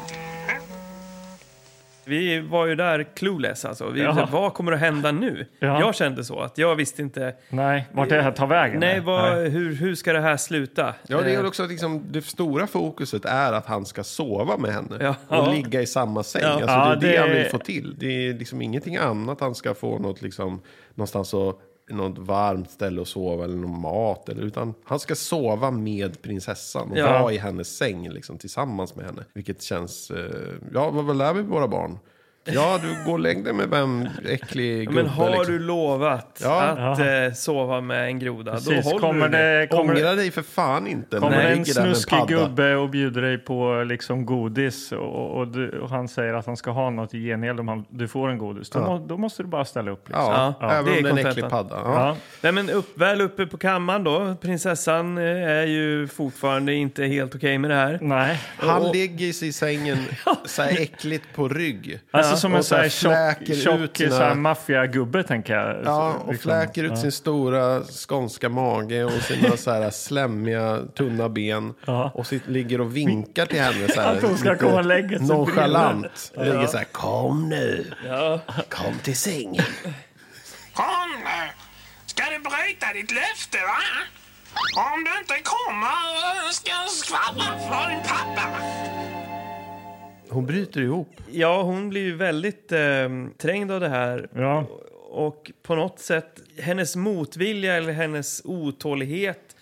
Speaker 1: Vi var ju där clueless alltså. Vi,
Speaker 2: Ja.
Speaker 1: Vad kommer att hända nu?
Speaker 2: Ja.
Speaker 1: Jag kände så att jag visste inte.
Speaker 2: Nej, vart det här tar vägen?
Speaker 1: Nej, vad, hur, hur ska det här sluta?
Speaker 3: ja, det
Speaker 1: Eh,
Speaker 3: är också att liksom, det stora fokuset är att han ska sova med henne
Speaker 1: Ja.
Speaker 3: och ligga i samma säng. Alltså, det är
Speaker 2: Ja,
Speaker 3: det,
Speaker 2: det-
Speaker 3: han vill få till. Det är liksom ingenting annat han ska få något, liksom, någonstans och, något varmt ställe att sova eller någon mat. Eller, utan han ska sova med prinsessan och
Speaker 1: Ja.
Speaker 3: vara i hennes säng liksom, tillsammans med henne. Vilket känns... Eh, ja, vad, vad lär vi våra barn? Ja, du går och lägg dig med vem äcklig gubbe.
Speaker 1: Men har
Speaker 3: liksom.
Speaker 1: du lovat
Speaker 3: Ja.
Speaker 1: att eh, sova med en groda,
Speaker 2: Precis,
Speaker 1: då håller
Speaker 2: kommer
Speaker 1: du det.
Speaker 2: det, kommer,
Speaker 3: Ångra dig för fan inte. när
Speaker 2: kommer
Speaker 3: du
Speaker 2: en
Speaker 3: ligger där med
Speaker 2: snuskig
Speaker 3: padda.
Speaker 2: gubbe och bjuder dig på liksom godis och, och, du, och han säger att han ska ha något i gengäld om han, du får en godis. Då, må, då måste du bara ställa upp. Liksom.
Speaker 3: Ja,
Speaker 1: Ja,
Speaker 3: även
Speaker 1: det
Speaker 3: om
Speaker 1: är
Speaker 3: det är en
Speaker 1: kontentan.
Speaker 3: äcklig padda. Ja.
Speaker 2: Ja.
Speaker 1: Nej, men upp, väl uppe på kammaren då. Prinsessan eh, är ju fortfarande inte helt okej med det här.
Speaker 2: Nej,
Speaker 3: Han ligger sig i sängen
Speaker 2: *laughs*
Speaker 3: så här äckligt på rygg.
Speaker 2: alltså som en
Speaker 3: Och så
Speaker 2: så
Speaker 3: här
Speaker 2: här tjock,
Speaker 3: fläker
Speaker 2: tjock
Speaker 3: ut sina-
Speaker 2: så här maffiagubbe tänker jag.
Speaker 3: Ja,
Speaker 2: Så,
Speaker 3: och
Speaker 2: liksom.
Speaker 3: fläker ut sin stora skånska mage och sina så här slämmiga, tunna ben. Och sitt, ligger och vinkar till henne så här.
Speaker 2: Att hon ska
Speaker 3: lite
Speaker 2: komma och lägga sig
Speaker 3: Nonchalant. Ligger så här, kom nu. Kom till sängen.
Speaker 6: Kom nu! Ska du bryta ditt löfte, va? Om du inte kommer eh, ska jag skvallra från din pappa.
Speaker 3: Hon bryter ihop.
Speaker 1: Ja, hon blir ju väldigt eh, trängd av det här.
Speaker 2: Ja.
Speaker 1: Och på något sätt, hennes motvilja eller hennes otålighet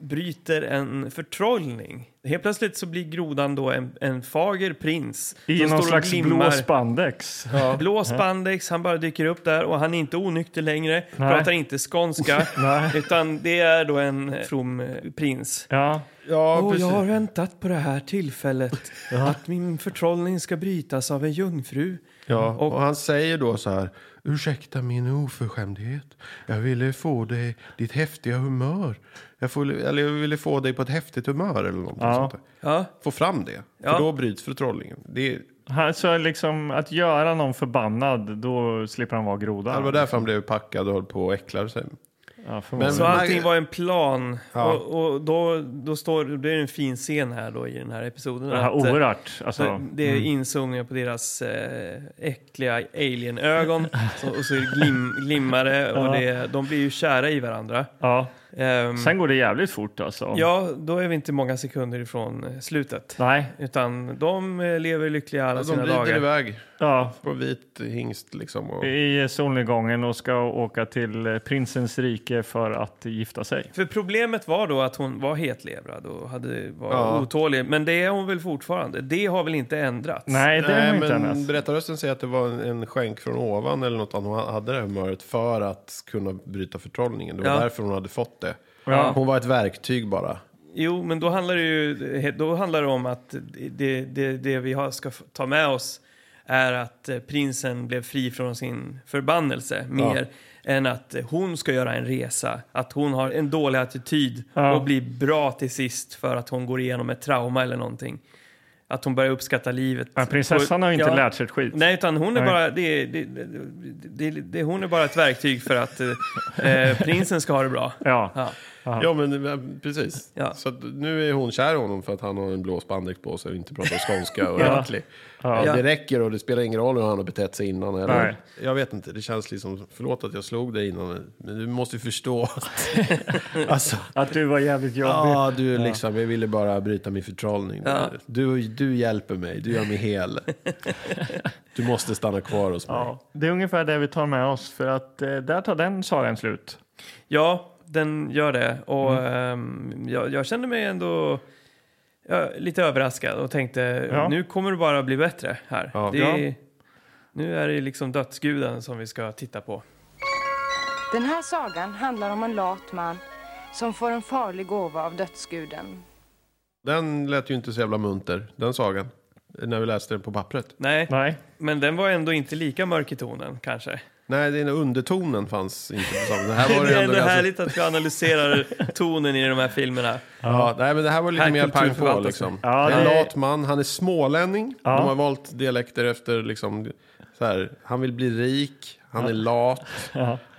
Speaker 1: bryter en förtrollning. Helt plötsligt så blir grodan då en, en fager prins.
Speaker 2: I
Speaker 1: som
Speaker 2: någon
Speaker 1: står och
Speaker 2: slags
Speaker 1: glimmar.
Speaker 2: blå spandex.
Speaker 1: *laughs* Blå spandex, han bara dyker upp där och han är inte onykter längre, pratar inte skånska, utan det är då en eh, from eh, prins.
Speaker 2: Ja.
Speaker 3: Ja,
Speaker 1: Åh,
Speaker 3: precis.
Speaker 1: jag har väntat på det här tillfället, att min förtrollning ska brytas av en jungfru.
Speaker 3: Ja, och han säger då så här. Ursäkta min oförskämdhet. Jag ville få dig ditt häftiga humör. Jag, får, eller jag ville få dig på ett häftigt humör eller något
Speaker 2: Ja.
Speaker 3: sånt där.
Speaker 1: Ja,
Speaker 3: Få fram det.
Speaker 1: Ja.
Speaker 3: För då bryts förtrollningen. Det, är-
Speaker 2: Han, så liksom, att göra någon förbannad, då slipper han vara groda.
Speaker 3: det var därför han blev packad och höll på och äcklade sig.
Speaker 2: Ja,
Speaker 3: Men-
Speaker 2: förmodligen.
Speaker 1: så allting var en plan.
Speaker 3: Ja.
Speaker 1: Och, och då, då står, det är en fin scen här då i den här episoden.
Speaker 2: det här
Speaker 1: att, eh,
Speaker 2: oerhört. Alltså,
Speaker 1: Det är insugningar på deras eh, äckliga alienögon. Så, och så är det glim, glimmare och det, de blir ju kära i varandra.
Speaker 2: ja.
Speaker 1: Ehm,
Speaker 3: Mm.
Speaker 2: Sen går det jävligt fort alltså.
Speaker 1: ja, då är vi inte många sekunder ifrån eh, slutet.
Speaker 2: Nej,
Speaker 1: Utan de eh, lever lyckliga alla
Speaker 3: De
Speaker 1: sina
Speaker 3: rider
Speaker 1: dagar.
Speaker 3: iväg
Speaker 2: ja.
Speaker 3: på vit hingst liksom. Och,
Speaker 2: I solnedgången och ska åka till eh, prinsens rike för att gifta sig.
Speaker 1: För problemet var då att hon var hetlevrad och hade, var
Speaker 3: Ja.
Speaker 1: otålig. Men det är hon väl fortfarande. Det har väl inte ändrats?
Speaker 2: Nej, det är
Speaker 3: Nej,
Speaker 2: nog inte
Speaker 3: men
Speaker 2: hennes.
Speaker 3: berättarrösten säger att det var en, en skänk från ovan eller något annat. Hon hade det här humöret för att kunna bryta förtrollningen. Det var
Speaker 1: Ja.
Speaker 3: därför hon hade fått det.
Speaker 1: Ja.
Speaker 3: Hon var ett verktyg bara.
Speaker 1: Jo, men då handlar det ju då handlar det om att det, det, det vi har, ska ta med oss är att eh, prinsen blev fri från sin förbannelse mer än att eh, hon ska göra en resa. Att hon har en dålig attityd
Speaker 2: Ja.
Speaker 1: och blir bra till sist för att hon går igenom ett trauma eller någonting. Att hon börjar uppskatta livet.
Speaker 2: Men prinsessan har ju inte
Speaker 1: Ja.
Speaker 2: lärt sig ett skit.
Speaker 1: Nej, utan hon är,
Speaker 2: Nej.
Speaker 1: bara, det, det, det, det, det, hon är bara ett verktyg för att eh, eh, prinsen ska ha det
Speaker 2: *laughs*
Speaker 1: bra.
Speaker 2: Ja.
Speaker 1: Ja.
Speaker 3: Ja, men eh, precis.
Speaker 1: Ja.
Speaker 3: Så att nu är hon kär i honom för att han har en blå spandex på sig och inte pratar skånska och
Speaker 2: Ja.
Speaker 3: ja. Det räcker och det spelar ingen roll hur han har betett sig innan. Eller?
Speaker 2: Nej.
Speaker 3: Jag vet inte, det känns liksom, förlåt att jag slog dig innan, men du måste ju förstå. att- *laughs* alltså,
Speaker 2: Att du var jävligt jobbig.
Speaker 3: ja, du är liksom, jag ville bara bryta min förtrollning.
Speaker 1: Ja.
Speaker 3: Du, du hjälper mig, du gör mig hel. Du måste stanna kvar hos mig.
Speaker 2: Ja. Det är ungefär det vi tar med oss för att eh, där tar den sagan slut.
Speaker 1: Ja, den gör det. Och ehm, jag, jag kände mig ändå ja, lite överraskad och tänkte
Speaker 2: Ja.
Speaker 1: nu kommer det bara bli bättre här.
Speaker 3: Ja.
Speaker 1: Det är, Nu är det liksom dödsguden som vi ska titta på.
Speaker 10: Den här sagan handlar om en lat man som får en farlig gåva av dödsguden.
Speaker 3: Den lät ju inte så jävla munter, den sagan. När vi läste den på pappret.
Speaker 1: Nej,
Speaker 2: Nej,
Speaker 1: men den var ändå inte lika mörk i tonen kanske.
Speaker 3: Nej, den undertonen fanns inte på samma. Det här var
Speaker 1: det
Speaker 3: ju
Speaker 1: är
Speaker 3: ändå
Speaker 1: ändå
Speaker 3: ganska...
Speaker 1: härligt att vi *laughs* analyserar tonen i de här filmerna.
Speaker 3: Ja, nej, men det här var lite
Speaker 1: Här
Speaker 3: mer pang på
Speaker 1: kulturförvaltas
Speaker 3: liksom.
Speaker 2: det. Ja,
Speaker 3: en
Speaker 2: det-
Speaker 3: lat man, han är smålänning.
Speaker 2: Ja.
Speaker 3: De har valt dialekter efter liksom, så här, han vill bli rik, han är lat,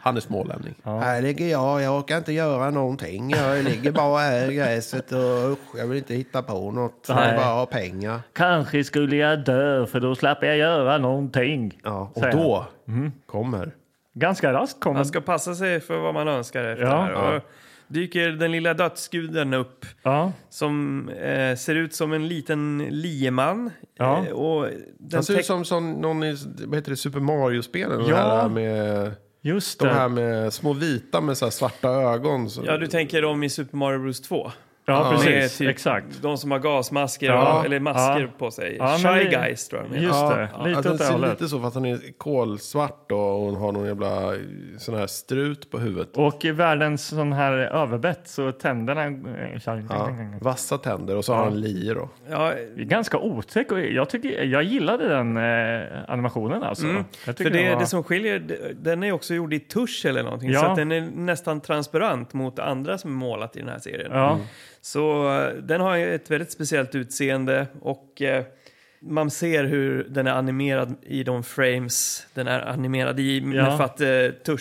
Speaker 3: han är smålänning. Här ligger jag, jag orkar inte göra någonting. Jag ligger bara här i gräset och usch, jag vill inte hitta på något. Jag
Speaker 2: Nej.
Speaker 3: vill bara ha pengar.
Speaker 2: kanske skulle jag dö för då slapp jag göra någonting.
Speaker 3: Ja, och
Speaker 2: säger han. Alltså,
Speaker 3: då kommer...
Speaker 2: Ganska raskt kommer
Speaker 1: Man ska passa sig för vad man önskar efter
Speaker 2: Ja.
Speaker 1: här. Och dyker den lilla dödsguden upp
Speaker 2: ja.
Speaker 1: som eh, ser ut som en liten lieman.
Speaker 2: Ja.
Speaker 1: Eh, och den
Speaker 3: Han ser
Speaker 1: teck-
Speaker 3: ut som, som någon i vad heter det, Super Mario-spelen.
Speaker 2: Ja.
Speaker 3: Ja. Här med,
Speaker 2: Just
Speaker 3: de
Speaker 2: det.
Speaker 3: här med små vita med så här svarta ögon. Så,
Speaker 1: Ja, du tänker dem i Super Mario Bros 2.
Speaker 2: ja,
Speaker 1: De är
Speaker 2: precis.
Speaker 1: typ
Speaker 2: Exakt.
Speaker 1: De som har gasmasker,
Speaker 2: Ja,
Speaker 1: och, eller masker
Speaker 2: ja.
Speaker 1: på sig.
Speaker 2: Ja,
Speaker 1: Shy
Speaker 2: men det-
Speaker 1: Guys tror jag de heter.
Speaker 2: Just
Speaker 3: Ja,
Speaker 2: det. Lite
Speaker 3: alltså,
Speaker 2: åt det
Speaker 3: ser
Speaker 2: hållet.
Speaker 3: lite så fast han är kolsvart då, och hon har någon jävla eh, sån här strut på huvudet.
Speaker 2: Och i världens sån här överbett så tänderna... eh, så här-
Speaker 3: Ja, vassa tänder och så har han lier då.
Speaker 1: Ja,
Speaker 2: Ganska otäck. Och jag, tycker, jag gillade den eh, animationen alltså. Jag tycker
Speaker 1: Mm. för det,
Speaker 2: den var-
Speaker 1: det som skiljer, d- den är också gjord i tusch eller någonting.
Speaker 2: Ja.
Speaker 1: Så att den är nästan transparent mot andra som är målat i den här serien.
Speaker 2: Ja,
Speaker 1: Så eh, den har ju ett väldigt speciellt utseende och eh, man ser hur den är animerad i de frames den är animerad i
Speaker 2: Ja.
Speaker 1: med för att eh,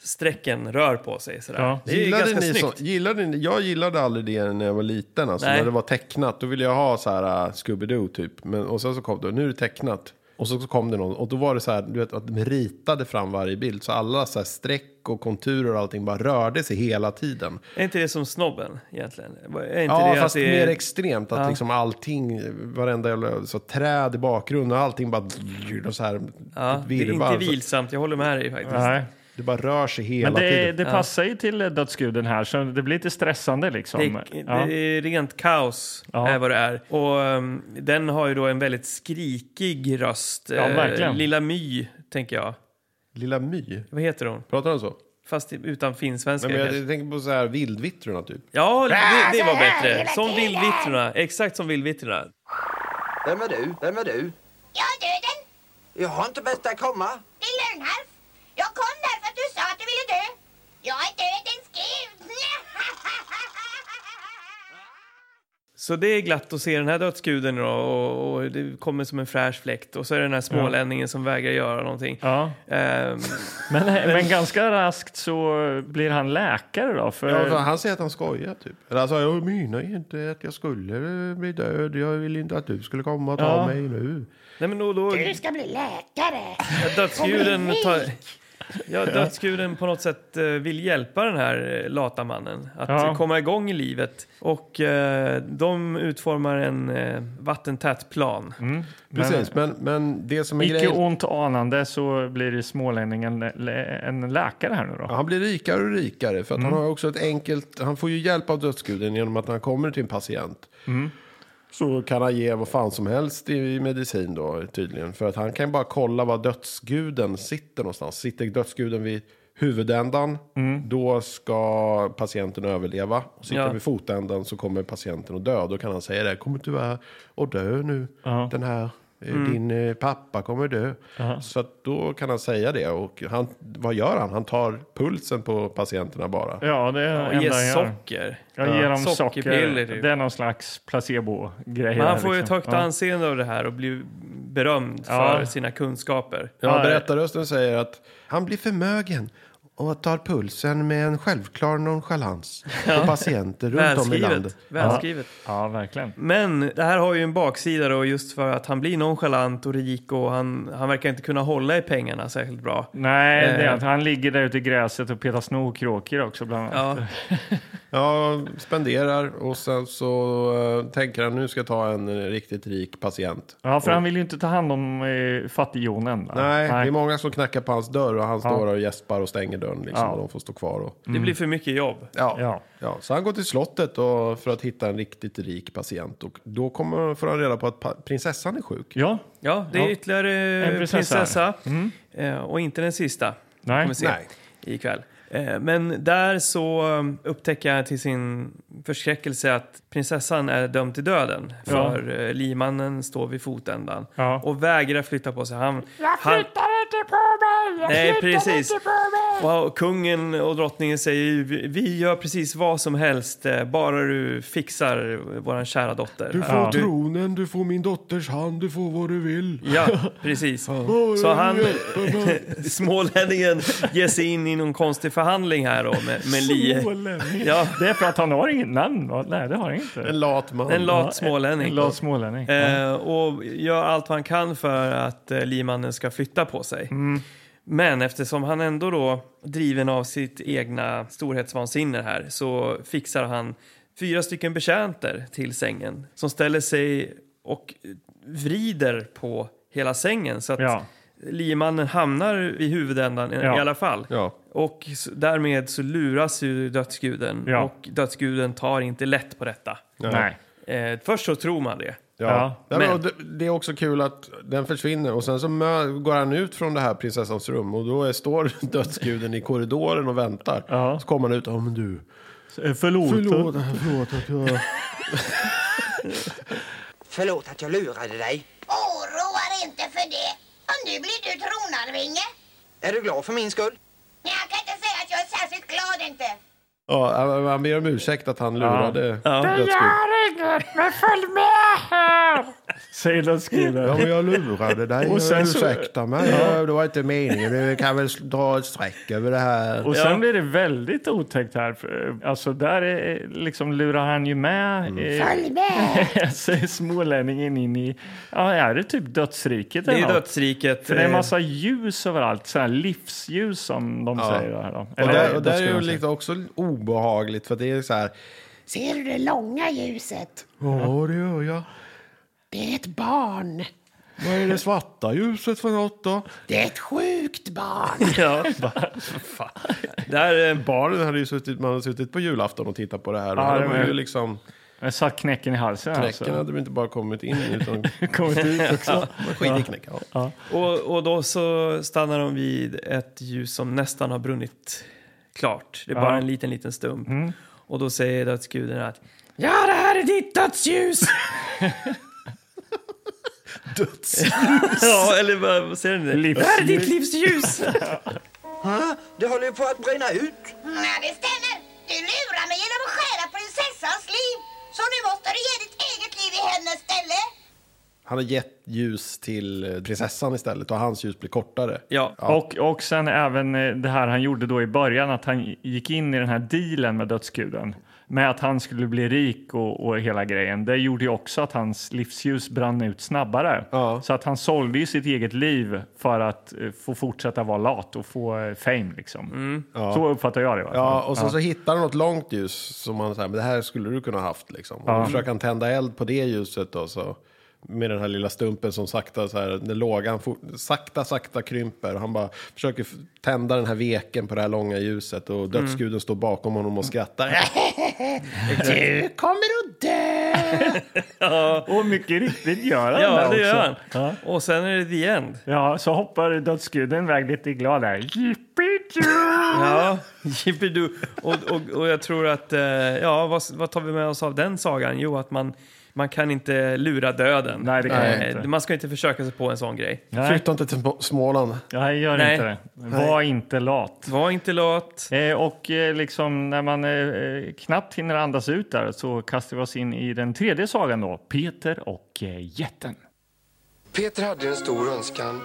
Speaker 1: tuschsträcken rör på sig. Sådär.
Speaker 2: Ja.
Speaker 1: Det är ju ganska
Speaker 3: ni
Speaker 1: snyggt.
Speaker 3: så, gillade ni, jag gillade aldrig det när jag var liten. Alltså,
Speaker 1: Nej.
Speaker 3: när det var tecknat, då ville jag ha så här uh, Scooby-Doo typ. Men, och sen så kom det, nu är det tecknat. Och så så kom det någon, och då var det så här, du vet, att de ritade fram varje bild. Så alla så här streck och konturer och allting bara rörde sig hela tiden.
Speaker 1: Är inte det som snobben egentligen? Är inte
Speaker 3: Ja,
Speaker 1: det
Speaker 3: fast
Speaker 1: att det
Speaker 3: mer
Speaker 1: är...
Speaker 3: extremt. Att liksom allting, varenda jävla så träd i bakgrunden, allting bara och så här typ
Speaker 1: ja, det är
Speaker 3: virvar.
Speaker 1: inte vilsamt, jag håller med dig faktiskt.
Speaker 2: nej.
Speaker 11: Det bara rör sig hela
Speaker 2: Men det,
Speaker 11: tiden.
Speaker 2: det passar ju till eh, dödsguden här, så det blir lite stressande liksom.
Speaker 1: Det,
Speaker 2: Ja.
Speaker 1: det är rent kaos, är vad det är. Och ehm, den har ju då en väldigt skrikig röst.
Speaker 2: Ja,
Speaker 1: Eh,
Speaker 2: verkligen.
Speaker 1: Lilla My, tänker jag.
Speaker 3: Lilla My?
Speaker 1: Vad heter hon?
Speaker 3: Pratar hon så?
Speaker 1: Fast i- utan finsvenska.
Speaker 3: Nej, men jag
Speaker 1: kanske.
Speaker 3: tänker på så här vildvittrorna typ.
Speaker 1: Ja, det, det var bättre.
Speaker 3: hela
Speaker 1: Som
Speaker 3: tiden.
Speaker 1: vildvittrorna. Exakt som vildvittrorna.
Speaker 12: Vem är du? Vem är du? Jag är döden. Jag har inte bett dig komma.
Speaker 13: Det är Lönnharf. Jag kom därför att du sa att du ville dö. Jag är dödens *laughs* gud.
Speaker 1: Så det är glatt att se den här dödsguden då, och, och det kommer som en fräsch fläkt. Och så är det den här smålänningen som vägrar göra någonting. Ehm,
Speaker 2: Men, men ganska raskt så blir han läkare då. För...
Speaker 3: Ja, för han säger att han skojar typ. Eller alltså, jag menar inte att jag skulle eh, bli död. Jag ville inte att du skulle komma och ta
Speaker 2: Ja.
Speaker 3: mig nu.
Speaker 1: Nej, men då, då...
Speaker 13: Du ska bli läkare.
Speaker 1: Dödsguden,
Speaker 13: Kommer
Speaker 1: tar,
Speaker 13: hit.
Speaker 1: ja, dödsguden på något sätt eh, vill hjälpa den här eh, lata mannen att
Speaker 2: Ja.
Speaker 1: eh, komma igång i livet. Och eh, de utformar en eh, vattentät plan.
Speaker 2: Mm,
Speaker 3: Precis, men, men det som är
Speaker 2: Icke
Speaker 3: grejen...
Speaker 2: ont anande så blir smålänningen eh, lä- en läkare här nu då. Mm.
Speaker 3: Han blir rikare och rikare för att han har också ett enkelt... Han får ju hjälp av dödsguden genom att när han kommer till en patient
Speaker 2: Mm.
Speaker 3: så kan han ge vad fan som helst i medicin då tydligen. För att han kan bara kolla var dödsguden sitter någonstans. Sitter dödsguden vid huvudändan då ska patienten överleva. Och sitter
Speaker 2: Mm. Ja.
Speaker 3: vid fotändan så kommer patienten att dö. Då kan han säga det. Kommer tyvärr att dö nu. Den här... eh,
Speaker 2: Mm.
Speaker 3: Din eh, pappa kommer dö. Så att då kan han säga det. Och han, vad gör han? Han tar pulsen på patienterna bara.
Speaker 2: Ja, det är
Speaker 1: Ja,
Speaker 2: det
Speaker 1: och
Speaker 2: enda
Speaker 1: ge
Speaker 2: han gör.
Speaker 1: socker.
Speaker 2: Jag ger
Speaker 1: Ja.
Speaker 2: dem
Speaker 1: Sockerpiller,
Speaker 2: socker.
Speaker 1: typ.
Speaker 2: Det är någon slags placebo-grej.
Speaker 1: Men
Speaker 2: där,
Speaker 1: han får ju ett
Speaker 2: liksom.
Speaker 1: högt
Speaker 2: Ja.
Speaker 1: anseende av det här och blir berömd
Speaker 2: Ja.
Speaker 1: för sina kunskaper.
Speaker 3: Ja, berättarrösten säger att han blir förmögen och tar pulsen med en självklar nonchalans på patienter runt om i
Speaker 1: Välskrivet.
Speaker 3: landet.
Speaker 1: Välskrivet.
Speaker 2: Ja. verkligen.
Speaker 1: Men det här har ju en baksida då just för att han blir nonchalant och rik och han, han verkar inte kunna hålla i pengarna särskilt bra.
Speaker 3: Mm.
Speaker 2: Nej, det är
Speaker 1: Eh.
Speaker 2: att han ligger där ute i gräset och petar snokråkor också bland annat.
Speaker 3: Ja, spenderar och sen så eh, tänker han nu ska jag ta en eh, riktigt rik patient.
Speaker 2: Ja, för han vill ju inte ta hand om eh, fattigjonen. va?
Speaker 3: Nej, det är många som knackar på hans dörr och han
Speaker 2: Ja.
Speaker 3: står där och gäspar och stänger dörren liksom
Speaker 2: Ja.
Speaker 3: och de får stå kvar. Och...
Speaker 1: Det blir för mycket jobb.
Speaker 3: Ja. Ja. så han går till slottet och, för att hitta en riktigt rik patient och då kommer, får han reda på att pa- prinsessan är sjuk.
Speaker 2: Ja,
Speaker 1: Ja, det är ytterligare eh,
Speaker 3: En prinsessa.
Speaker 1: prinsessa. Eh, Och inte den sista.
Speaker 2: Nej.
Speaker 1: Kommer se
Speaker 2: Nej.
Speaker 1: Ikväll. Eh, Men där så um, upptäcker jag till sin förskräckelse att prinsessan är dömd till döden.
Speaker 2: Ja.
Speaker 1: För eh, limannen står vid fotändan
Speaker 2: Ja.
Speaker 1: och vägrar flytta på sig. Han,
Speaker 13: Jag
Speaker 1: han,
Speaker 13: flyttar inte på mig. Jag
Speaker 1: Nej,
Speaker 13: flyttar
Speaker 1: precis.
Speaker 13: inte på mig.
Speaker 1: och kungen och drottningen säger ju "Vi- vi gör precis vad som helst eh, bara du fixar våran kära dotter.
Speaker 11: Du får
Speaker 1: Ja.
Speaker 11: tronen, du får min dotters hand, du får vad du vill.
Speaker 1: Ja, precis. Så
Speaker 11: det
Speaker 1: han,
Speaker 11: hjälper
Speaker 1: *laughs* smålänningen, ger sig in i någon konstig förhandling här då med, med Lie.
Speaker 2: Smålänning.
Speaker 1: Ja.
Speaker 2: Det är för att han har inget namn. va? Nej, det har han inte.
Speaker 3: En lat man.
Speaker 1: En lat
Speaker 2: Ja,
Speaker 1: smålänning.
Speaker 2: En lat smålänning.
Speaker 1: Eh, och gör allt han kan för att eh, limannen ska flytta på sig.
Speaker 2: Mm.
Speaker 1: Men eftersom han ändå då driven av sitt egna storhetsvansinne här så fixar han fyra stycken betjänter till sängen som ställer sig och vrider på hela sängen så att
Speaker 2: Ja.
Speaker 1: limannen hamnar i huvudändan i-
Speaker 2: Ja.
Speaker 1: i alla fall.
Speaker 3: Ja.
Speaker 1: Och s- därmed så luras ju dödsguden
Speaker 2: Ja.
Speaker 1: och dödsguden tar inte lätt på detta.
Speaker 2: Nej.
Speaker 1: Eh, först så tror man det.
Speaker 3: Ja. Nej, men, och det, det är också kul att den försvinner och sen så mö, går han ut från det här prinsessans rum och då är, står dödsguden i korridoren och väntar. Så kommer han ut. Ja men du.
Speaker 2: Eh, Förlåt.
Speaker 11: Förlåt, förlåt att jag...
Speaker 12: Förlåt att jag lurade dig.
Speaker 13: Oroa dig inte för det. Och nu blir du tronarvinge.
Speaker 12: Är du glad för min skull?
Speaker 13: Nej, jag kan inte säga att jag är särskilt glad inte.
Speaker 3: Ja, han, han ber om ursäkt att han lurade dödsguden.
Speaker 13: gör inget, men följ med här.
Speaker 2: Säger dödsguden.
Speaker 3: Ja men jag lurade dig.
Speaker 2: Och sen så-
Speaker 3: Ursäkta mig.
Speaker 2: Ja.
Speaker 3: Det var inte meningen. Vi kan väl dra ett streck över det här.
Speaker 2: Och sen blir det väldigt otäckt här. för, eh, Alltså där är, liksom lurar han ju med...
Speaker 3: Mm.
Speaker 2: eh, *laughs*
Speaker 13: Följ med!
Speaker 2: så är smålänningen in i... Ja, är det typ dödsriket?
Speaker 1: Det är
Speaker 2: eller något?
Speaker 1: dödsriket.
Speaker 2: För det är en
Speaker 1: Eh,
Speaker 2: massa ljus överallt. Så här livsljus som de
Speaker 3: Ja.
Speaker 2: säger. Här då.
Speaker 3: och där, och
Speaker 2: vad
Speaker 3: där
Speaker 2: ska
Speaker 3: är ju
Speaker 2: de säga?
Speaker 3: lite också obehagligt för det är så här.
Speaker 13: Ser du det långa ljuset?
Speaker 3: Ja det gör jag.
Speaker 13: Det är ett barn.
Speaker 11: Vad är det svarta ljuset för något då?
Speaker 6: Det är ett sjukt barn.
Speaker 2: *laughs*
Speaker 11: Ja, Där, barnen hade ju suttit, man hade suttit på julafton och tittat på det här. Och
Speaker 2: Ja,
Speaker 11: ja,
Speaker 2: det
Speaker 11: det var
Speaker 2: var-
Speaker 11: ju liksom,
Speaker 2: Jag satt knäcken i halsen.
Speaker 11: knäcken
Speaker 2: alltså.
Speaker 11: hade väl inte bara kommit in utan
Speaker 2: *laughs* Kommit ut också.
Speaker 11: Man skiter i knäcken. Ja.
Speaker 1: eh, Och, och då så stannar de vid ett ljus som nästan har brunnit klart. Det är bara
Speaker 2: Ja.
Speaker 1: en liten, liten stump.
Speaker 2: Mm.
Speaker 1: Och då säger dödsguden att
Speaker 6: Ja, det här är ditt dödsljus.
Speaker 1: *laughs* Ja, eller vad vad säger ni? det?
Speaker 6: Livsljus.
Speaker 1: Det här är ditt *laughs* livsljus!
Speaker 12: Ha? Det håller ju på att brinna ut.
Speaker 13: Nej, det stämmer. Du lurar mig genom att skära prinsessans liv. Så nu måste du ge ditt eget liv i hennes ställe.
Speaker 3: Han har gett ljus till eh, prinsessan istället och hans ljus blir kortare.
Speaker 1: Ja.
Speaker 2: Och, och sen även eh, det här han gjorde då i början, att han gick in i den här dealen med dödsguden med att han skulle bli rik och, och hela grejen. Det gjorde ju också att hans livsljus brann ut snabbare. Så att han sålde ju sitt eget liv för att eh, få fortsätta vara lat och få eh, fame liksom.
Speaker 1: Mm.
Speaker 3: Ja.
Speaker 2: Så uppfattar jag det. i alla
Speaker 3: Ja,
Speaker 2: fall.
Speaker 3: och sen så hittar han något långt ljus som man säger, men det här skulle du kunna haft liksom. Och
Speaker 2: Ja.
Speaker 3: då försöker han tända eld på det ljuset då så. Med den här lilla stumpen som sakta så här, den lågan for- sakta, sakta krymper. Och han bara försöker f- tända den här veken på det här långa ljuset. Och dödsguden
Speaker 2: Mm.
Speaker 3: står bakom honom och skrattar. *laughs*
Speaker 6: Du kommer att dö.
Speaker 2: Och mycket riktigt gör han
Speaker 1: Ja,
Speaker 2: det
Speaker 1: det gör
Speaker 2: också.
Speaker 1: han. Och sen är det the end.
Speaker 2: Ja, så hoppar dödsguden iväg lite glad där.
Speaker 1: *laughs* Ja, jippidu. Och, och, och jag tror att, eh, ja, vad, vad tar vi med oss av den sagan? Jo, att man, man kan inte lura döden. Nej,
Speaker 2: det kan man inte.
Speaker 1: Man ska inte försöka sig på en sån grej.
Speaker 3: Flytta inte till Små- Småland.
Speaker 2: Nej, gör
Speaker 1: Nej.
Speaker 2: inte det.
Speaker 1: Nej.
Speaker 2: Var inte lat.
Speaker 1: Var inte lat.
Speaker 2: Eh, och eh, liksom när man eh, knappt hinner andas ut där så kastar vi oss in i den tredje sagan då. Peter och eh, jätten.
Speaker 14: Peter hade en stor önskan.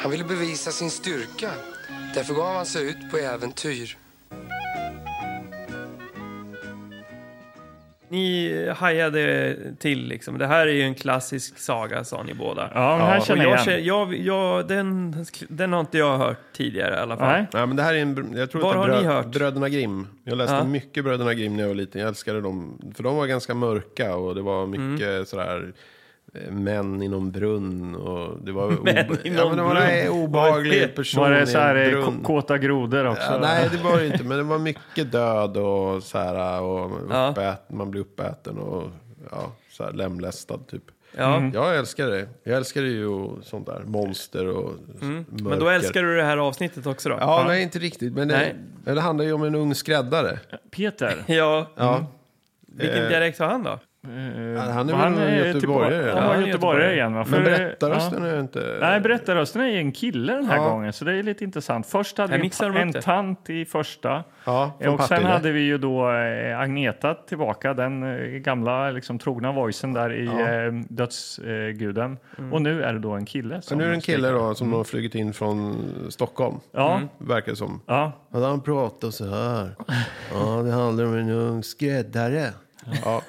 Speaker 14: Han ville bevisa sin styrka. Därför gav han sig ut på äventyr.
Speaker 1: Ni hajade till liksom. Det här är ju en klassisk saga sa ni båda.
Speaker 2: Ja, men den här känner
Speaker 1: Och
Speaker 2: jag
Speaker 1: jag,
Speaker 2: igen.
Speaker 1: känner- jag, jag den, den har inte jag hört tidigare i alla fall.
Speaker 3: Nej. men det här är en, jag tror
Speaker 1: Var
Speaker 3: att det är
Speaker 1: har ni
Speaker 3: brö-
Speaker 1: hört?
Speaker 3: Bröderna Grimm. Jag läste
Speaker 1: Ja.
Speaker 3: mycket Bröderna Grimm när jag var liten. Jag älskade dem. För de var ganska mörka och det var mycket sådär eh, män i någon brunn och det var,
Speaker 2: Män
Speaker 3: obe-
Speaker 2: i
Speaker 3: ja,
Speaker 2: någon
Speaker 3: men det var en
Speaker 2: brunn.
Speaker 3: obehaglig person
Speaker 2: Var
Speaker 3: i
Speaker 2: det
Speaker 3: en
Speaker 2: så här eh,
Speaker 3: brunn.
Speaker 2: k- kåta grodor också?
Speaker 3: Ja, nej, det var det inte. Men det var mycket död och så här, och
Speaker 2: Ja.
Speaker 3: uppät, man blir uppäten och ja, så här, lemlästad typ.
Speaker 1: Ja. Mm.
Speaker 3: Jag älskar det. Jag älskar ju sånt där, monster och mörker.
Speaker 1: Men då älskar du det här avsnittet också då?
Speaker 3: Ja, nej, inte riktigt. Men det,
Speaker 1: Nej.
Speaker 3: men det handlar ju om en ung skräddare.
Speaker 2: Peter?
Speaker 1: Ja.
Speaker 3: Ja.
Speaker 1: Vilken
Speaker 3: Eh,
Speaker 1: dialekt har han då?
Speaker 3: han är väl han är göteborgare?
Speaker 2: eh, typ Han var göteborgare igen. Va?
Speaker 3: Men
Speaker 2: För, eh,
Speaker 3: berättarrösten är ju inte...
Speaker 2: Nej, berättarrösten är en kille den här
Speaker 3: Ja.
Speaker 2: gången, så det är lite intressant. Först hade
Speaker 3: Här
Speaker 2: vi
Speaker 3: mixar
Speaker 2: en,
Speaker 3: de
Speaker 2: ta-
Speaker 3: upp
Speaker 2: en
Speaker 3: det.
Speaker 2: tant i första.
Speaker 3: Ja,
Speaker 2: Eh,
Speaker 3: från
Speaker 2: och sen
Speaker 3: Partille.
Speaker 2: hade vi ju då eh, Agneta tillbaka, den eh, gamla liksom, trogna voicen där i
Speaker 3: Ja.
Speaker 2: eh, Dödsguden. Och nu är det då en kille.
Speaker 3: Så nu är det en kille då som har flugit in från Stockholm.
Speaker 2: Ja. Mm.
Speaker 3: Verkar det som.
Speaker 2: Ja.
Speaker 3: Hade han pratat så här. Ja, det handlar om en ung skräddare. Ja.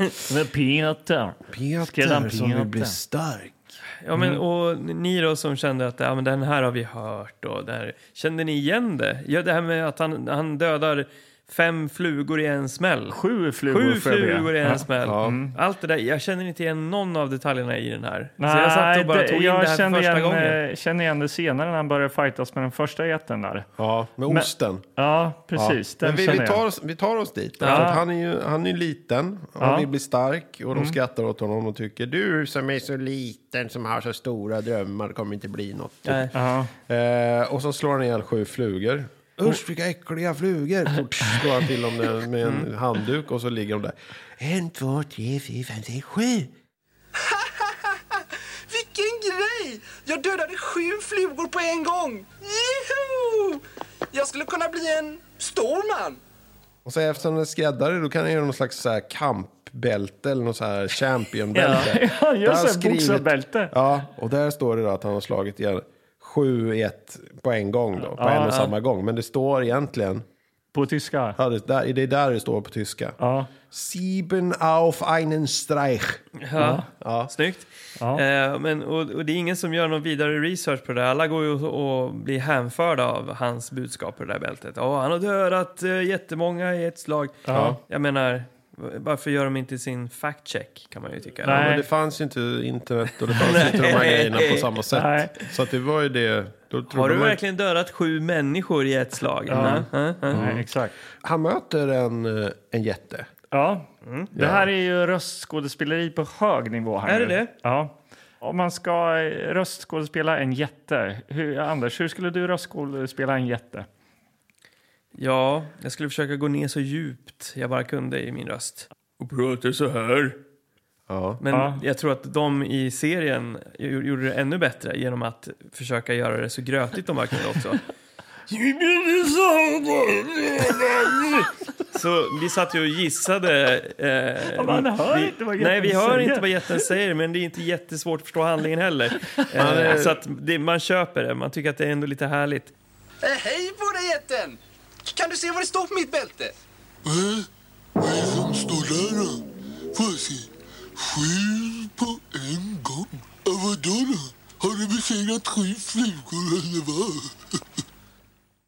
Speaker 2: Peter.
Speaker 3: Peter som vill bli stark.
Speaker 1: Ja, men,
Speaker 3: Mm.
Speaker 1: och ni då som kände att ja, men den här har vi hört. Och det här, kände ni igen det? Ja, det här med att han, han dödar fem flugor i en smäll.
Speaker 2: Sju flugor,
Speaker 1: Sju
Speaker 2: får jag be.
Speaker 1: flugor i en
Speaker 2: Ja.
Speaker 1: smäll. Mm.
Speaker 2: Ja.
Speaker 1: Allt det där. Jag känner inte igen någon av detaljerna i den här.
Speaker 2: Nej,
Speaker 1: Så jag satt och bara
Speaker 2: det-
Speaker 1: tog in det
Speaker 2: jag
Speaker 1: här för
Speaker 2: kände
Speaker 1: första
Speaker 2: igen,
Speaker 1: gången.
Speaker 2: eh, kände igen det senare när han började fightas med den första jätten där.
Speaker 3: Ja, med
Speaker 2: Men-
Speaker 3: osten.
Speaker 2: ja, precis.
Speaker 3: Ja.
Speaker 2: Den
Speaker 3: Men vi,
Speaker 2: känner
Speaker 3: vi,
Speaker 2: jag.
Speaker 3: tar oss, vi tar oss dit.
Speaker 2: Ja.
Speaker 3: För att han är ju han är ju liten och
Speaker 2: Ja.
Speaker 3: han vill bli stark. Och de
Speaker 2: Mm.
Speaker 3: skrattar åt honom och tycker du som är så liten som har så stora drömmar kommer inte bli något. Typ.
Speaker 1: Nej.
Speaker 3: Eh, och så slår han ihjäl sju flugor. Usch vilka äckliga *laughs* flugor! Fort slår han till dem med, med
Speaker 2: Mm.
Speaker 3: en handduk och så ligger de där. En, två, tre, fyra, fem, sex, sju.
Speaker 12: Vilken grej! Jag dödade sju flugor på en gång. Juhu! Jag skulle kunna bli en stor man.
Speaker 3: Och så eftersom han är skräddare då kan han göra någon slags så här kampbälte eller någon så här championbälte.
Speaker 2: Ja, *laughs* ja, just
Speaker 3: Där har
Speaker 2: det,
Speaker 3: skrivit-
Speaker 2: boxarbälte.
Speaker 3: Ja, och där står det då att han har slagit igen 7-1 på en gång då, på
Speaker 2: Ja,
Speaker 3: en
Speaker 2: ja.
Speaker 3: och samma gång. Men det står egentligen...
Speaker 2: På tyska?
Speaker 3: Ja, det, där, det är där det står på tyska. Sieben auf einen Streich.
Speaker 1: Ja. Snyggt. Eh, men, och, och det är ingen som gör någon vidare research på det här. Alla går ju och, och blir hänförda av hans budskap på det där bältet. Åh, han har dödat eh, jättemånga i ett slag.
Speaker 2: Ja.
Speaker 1: Jag menar, Varför gör de inte sin fact-check kan man ju tycka.
Speaker 3: Ja, men det fanns ju inte internet och det fanns inte de här grejerna på samma sätt.
Speaker 1: Nej.
Speaker 3: Så att det var ju det. Då trodde
Speaker 1: Har du
Speaker 3: man-
Speaker 1: verkligen dödat sju människor i ett slag?
Speaker 3: Ja.
Speaker 1: Nej,
Speaker 3: Nej,
Speaker 2: exakt.
Speaker 3: Han möter en, eh, en jätte.
Speaker 2: Ja, det
Speaker 3: Ja.
Speaker 2: här är ju röstskådespeleri på hög nivå. Här
Speaker 3: Är det
Speaker 2: nu.
Speaker 3: det?
Speaker 2: Ja. Om man ska eh, röstskådespela en jätte, hur, Anders, hur skulle du röstskådespela en jätte?
Speaker 1: Ja, jag skulle försöka gå ner så djupt jag bara kunde i min röst. Och prata så här. Men
Speaker 2: Ja.
Speaker 1: jag tror att de i serien gj- gjorde det ännu bättre genom att försöka göra det så grötigt de bara kunde också. *laughs* Så vi satt ju och gissade. Eh,
Speaker 2: Ja, man hör
Speaker 1: vi,
Speaker 2: inte vad
Speaker 1: Nej,
Speaker 2: jätten
Speaker 1: vi hör
Speaker 2: säger.
Speaker 1: inte vad jätten säger, men det är inte jättesvårt att förstå handlingen *laughs* heller.
Speaker 3: Man
Speaker 1: Eh,
Speaker 3: är-
Speaker 1: så att det, man köper det, man tycker att det är ändå lite härligt.
Speaker 12: Eh, Hej på dig jätten! Kan du se vad det står på mitt bälte?
Speaker 15: Nej, vad är det som står där då? Får jag se? Sju på en gång? Ja, vadå då? Har du besegrat sju flugor eller vad?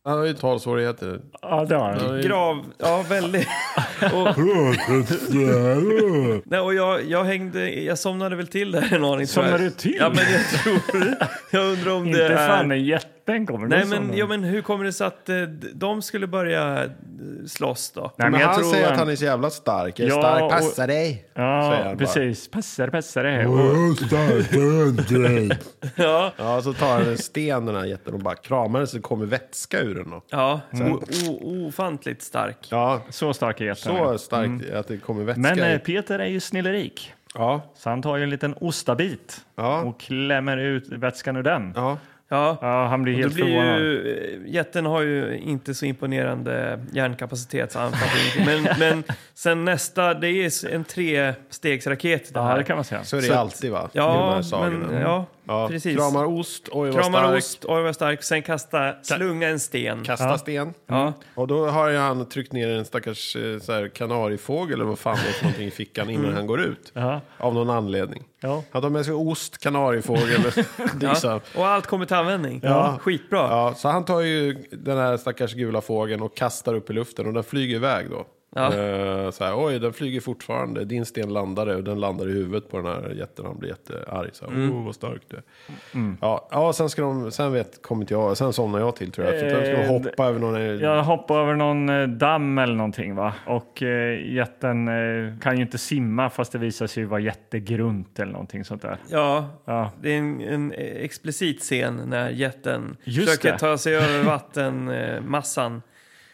Speaker 3: Han har ju talsvårigheter.
Speaker 2: Ja, det har
Speaker 3: han.
Speaker 1: Grav, ja väldigt.
Speaker 2: *laughs*
Speaker 1: Och, nej, och jag, jag hängde, jag somnade väl till där en aning. tror jag.
Speaker 2: Somnade du till?
Speaker 1: Ja, men jag tror, jag undrar om
Speaker 2: Inte
Speaker 1: det är...
Speaker 2: fan en jätten kommer
Speaker 1: Nej,
Speaker 2: du
Speaker 1: men,
Speaker 2: somna.
Speaker 1: ja, men hur kommer det sig att eh, de skulle börja eh, slåss då?
Speaker 3: men han säger att han är så jävla stark. Jag är stark. Passa dig. säger
Speaker 2: Ja,
Speaker 3: han bara. Oh.
Speaker 2: precis. Oh, Passa dig, passa dig.
Speaker 3: starkare än dig.
Speaker 1: ja.
Speaker 3: ja, så tar han en sten den här jätten och bara kramar den så det kommer vätska ur den. Då.
Speaker 1: Ja,
Speaker 2: Mm.
Speaker 3: Sen-
Speaker 1: o, o, ofantligt stark.
Speaker 3: Ja,
Speaker 2: så stark är jätten.
Speaker 3: Så starkt att det kommer vätska
Speaker 2: Men eh,
Speaker 3: i.
Speaker 2: Peter är ju snillerik.
Speaker 3: Ja.
Speaker 2: Så han tar ju en liten ostabit och klämmer ut vätskan ur den.
Speaker 3: Ja.
Speaker 1: Ja.
Speaker 2: han blir
Speaker 1: Och då
Speaker 2: helt
Speaker 1: blir
Speaker 2: förvånad.
Speaker 1: ju, eh, jätten har ju inte så imponerande hjärnkapacitet så han fattar ingenting. men, men sen nästa, det är en trestegsraket det
Speaker 2: Ja,
Speaker 1: här.
Speaker 2: det kan man säga.
Speaker 3: Så är det
Speaker 1: att-
Speaker 3: alltid, va? I de
Speaker 1: Ja,
Speaker 3: här sagorna. Mm.
Speaker 1: men, ja,
Speaker 3: Ja.
Speaker 1: precis.
Speaker 3: Kramar ost, oj, vad
Speaker 1: Kramar
Speaker 3: stark.
Speaker 1: ost, oj vad stark. Sen kasta, slunga en sten.
Speaker 3: Kasta
Speaker 1: ja.
Speaker 3: sten.
Speaker 1: Ja.
Speaker 3: Och då har ju han tryckt ner en stackars eh, så här, kanariefågel eller vad fan det är för någonting i fickan innan
Speaker 1: Mm.
Speaker 3: han går ut.
Speaker 2: Ja.
Speaker 3: Av någon anledning.
Speaker 2: Ja.
Speaker 3: Han tar med sig ost, kanariefågel,
Speaker 1: Ja.
Speaker 3: disa.
Speaker 1: Och allt kommer till användning. Skitbra.
Speaker 3: Ja, så han tar ju den här stackars gula fågeln och kastar upp i luften och den flyger iväg då.
Speaker 1: Ja.
Speaker 3: Eh, Så här, oj, den flyger fortfarande. Din sten landade och den landar i huvudet på den här jätten. Han blir jättearg. Så här,
Speaker 2: Mm.
Speaker 3: oh, vad stark du är. Ja, ja, sen ska de, sen vet, kommer inte jag, sen somnar jag till tror jag. För då ska de
Speaker 2: Eh,
Speaker 3: hoppa över någon...
Speaker 1: Mm.
Speaker 2: Jag hoppar över någon eh, damm eller någonting va? Och eh, jätten eh, kan ju inte simma fast det visar sig ju vara jättegrunt eller någonting sånt där.
Speaker 1: Ja,
Speaker 2: Ja.
Speaker 1: det är en, en explicit scen när jätten
Speaker 2: Just
Speaker 1: försöker
Speaker 2: det.
Speaker 1: ta sig över vattenmassan.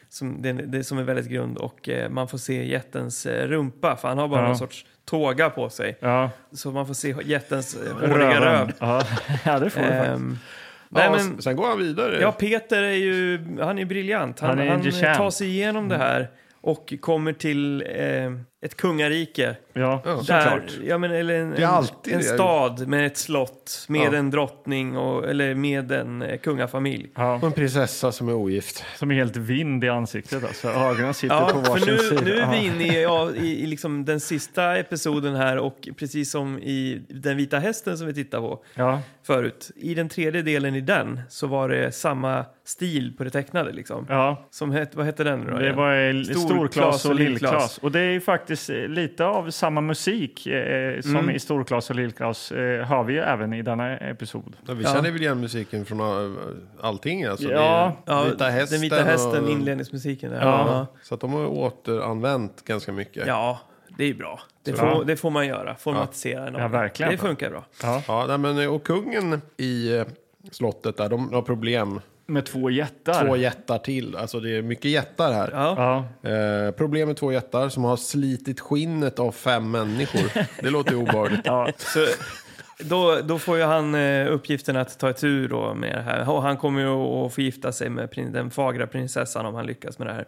Speaker 1: Som, det, det är som är väldigt grund och eh, man får se jättens eh, rumpa för han har bara
Speaker 2: Ja.
Speaker 1: någon sorts tåga på sig.
Speaker 2: Ja.
Speaker 1: Så man får se jättens eh,
Speaker 2: Röven.
Speaker 1: håriga röv. Eh, Ehm,
Speaker 2: Ja. *laughs* Ja, det får man faktiskt.
Speaker 1: nej,
Speaker 3: Ja,
Speaker 1: men,
Speaker 3: sen går han vidare.
Speaker 1: Ja, Peter är ju han är briljant. Han,
Speaker 2: Han är
Speaker 1: han,
Speaker 2: intressant.
Speaker 1: tar sig igenom det här och kommer till eh, ett kungarike.
Speaker 2: Ja,
Speaker 1: där,
Speaker 2: såklart.
Speaker 1: ja, men, eller en,
Speaker 2: Det är alltid
Speaker 1: en
Speaker 2: det.
Speaker 1: stad med ett slott, med
Speaker 2: Ja.
Speaker 1: en drottning och, eller med en eh, kungafamilj.
Speaker 2: Ja.
Speaker 3: Och en prinsessa som är ogift.
Speaker 2: Som är helt vind i ansiktet alltså. Ögonen sitter
Speaker 1: Ja,
Speaker 2: på varsin
Speaker 1: för nu,
Speaker 2: sida.
Speaker 1: nu är
Speaker 2: Ja.
Speaker 1: vi inne i, ja, i, i liksom den sista episoden här och precis som i Den vita hästen som vi tittade på
Speaker 2: Ja.
Speaker 1: förut. I den tredje delen i den så var det samma stil på det tecknade liksom.
Speaker 2: Ja.
Speaker 1: Som het, vad hette den nu då?
Speaker 2: Det
Speaker 1: igen?
Speaker 2: var eh, Storklas och Lillklas. Och det är ju faktiskt eh, lite av samma musik eh, som
Speaker 3: Mm.
Speaker 2: i Storklas och Lillklas eh, har vi ju även i denna episod.
Speaker 3: Ja, vi känner väl igen musiken från äh, allting. Alltså.
Speaker 2: Ja.
Speaker 3: Det är
Speaker 2: Ja,
Speaker 3: vita
Speaker 2: Den
Speaker 3: hästen.
Speaker 1: Vita hästen, inledningsmusiken där. Ja.
Speaker 3: Så att de har återanvänt ganska mycket.
Speaker 1: Ja, det är bra. Det
Speaker 3: Så-
Speaker 1: får, det får man göra, formatisera en aning. Det funkar bra.
Speaker 2: Ja.
Speaker 3: nej, men, eh, och kungen i eh, slottet där, de har problem.
Speaker 2: Med två jättar.
Speaker 3: Två jättar till. Alltså det är mycket jättar här.
Speaker 2: Ja.
Speaker 3: Eh, problem med två jättar som har slitit skinnet av fem människor. Det låter
Speaker 1: *laughs*
Speaker 3: ju obehagligt.
Speaker 1: Så, då, då får ju han eh, uppgiften att ta tur då med det här. Och han kommer ju att få gifta sig med prin- den fagra prinsessan om han lyckas med det här.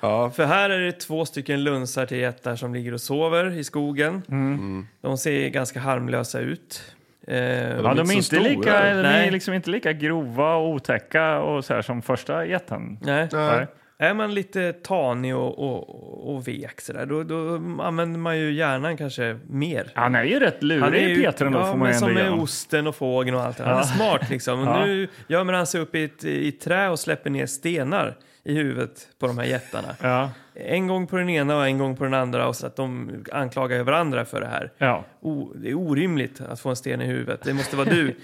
Speaker 2: Ja.
Speaker 1: För här är det två stycken lunsar till jättar som ligger och sover i skogen.
Speaker 2: Mm.
Speaker 1: De ser ganska harmlösa ut. Eh,
Speaker 2: Ja, de är, inte lika, de
Speaker 1: Nej.
Speaker 2: är liksom inte lika grova och otäcka och så här som första jätten.
Speaker 1: Nej.
Speaker 2: Nej.
Speaker 1: Är man lite tanig och, och, och vek sådär, då, då använder man ju hjärnan kanske mer.
Speaker 2: Han är ju rätt lurig
Speaker 1: Han är ju-
Speaker 2: Peter ändå
Speaker 1: ja,
Speaker 2: får man
Speaker 1: men
Speaker 2: ju ändå
Speaker 1: Som
Speaker 2: ge
Speaker 1: med
Speaker 2: honom.
Speaker 1: osten och fågeln och allt det där. Han
Speaker 2: Ja.
Speaker 1: är smart liksom. Och
Speaker 2: Ja.
Speaker 1: Nu gömmer han sig upp i ett i trä och släpper ner stenar. i huvudet på de här jättarna. En gång på den ena och en gång på den andra och så att de anklagar varandra för det här.
Speaker 2: Ja.
Speaker 1: O, det är orimligt att få en sten i huvudet. Det måste vara
Speaker 2: *laughs*
Speaker 1: du.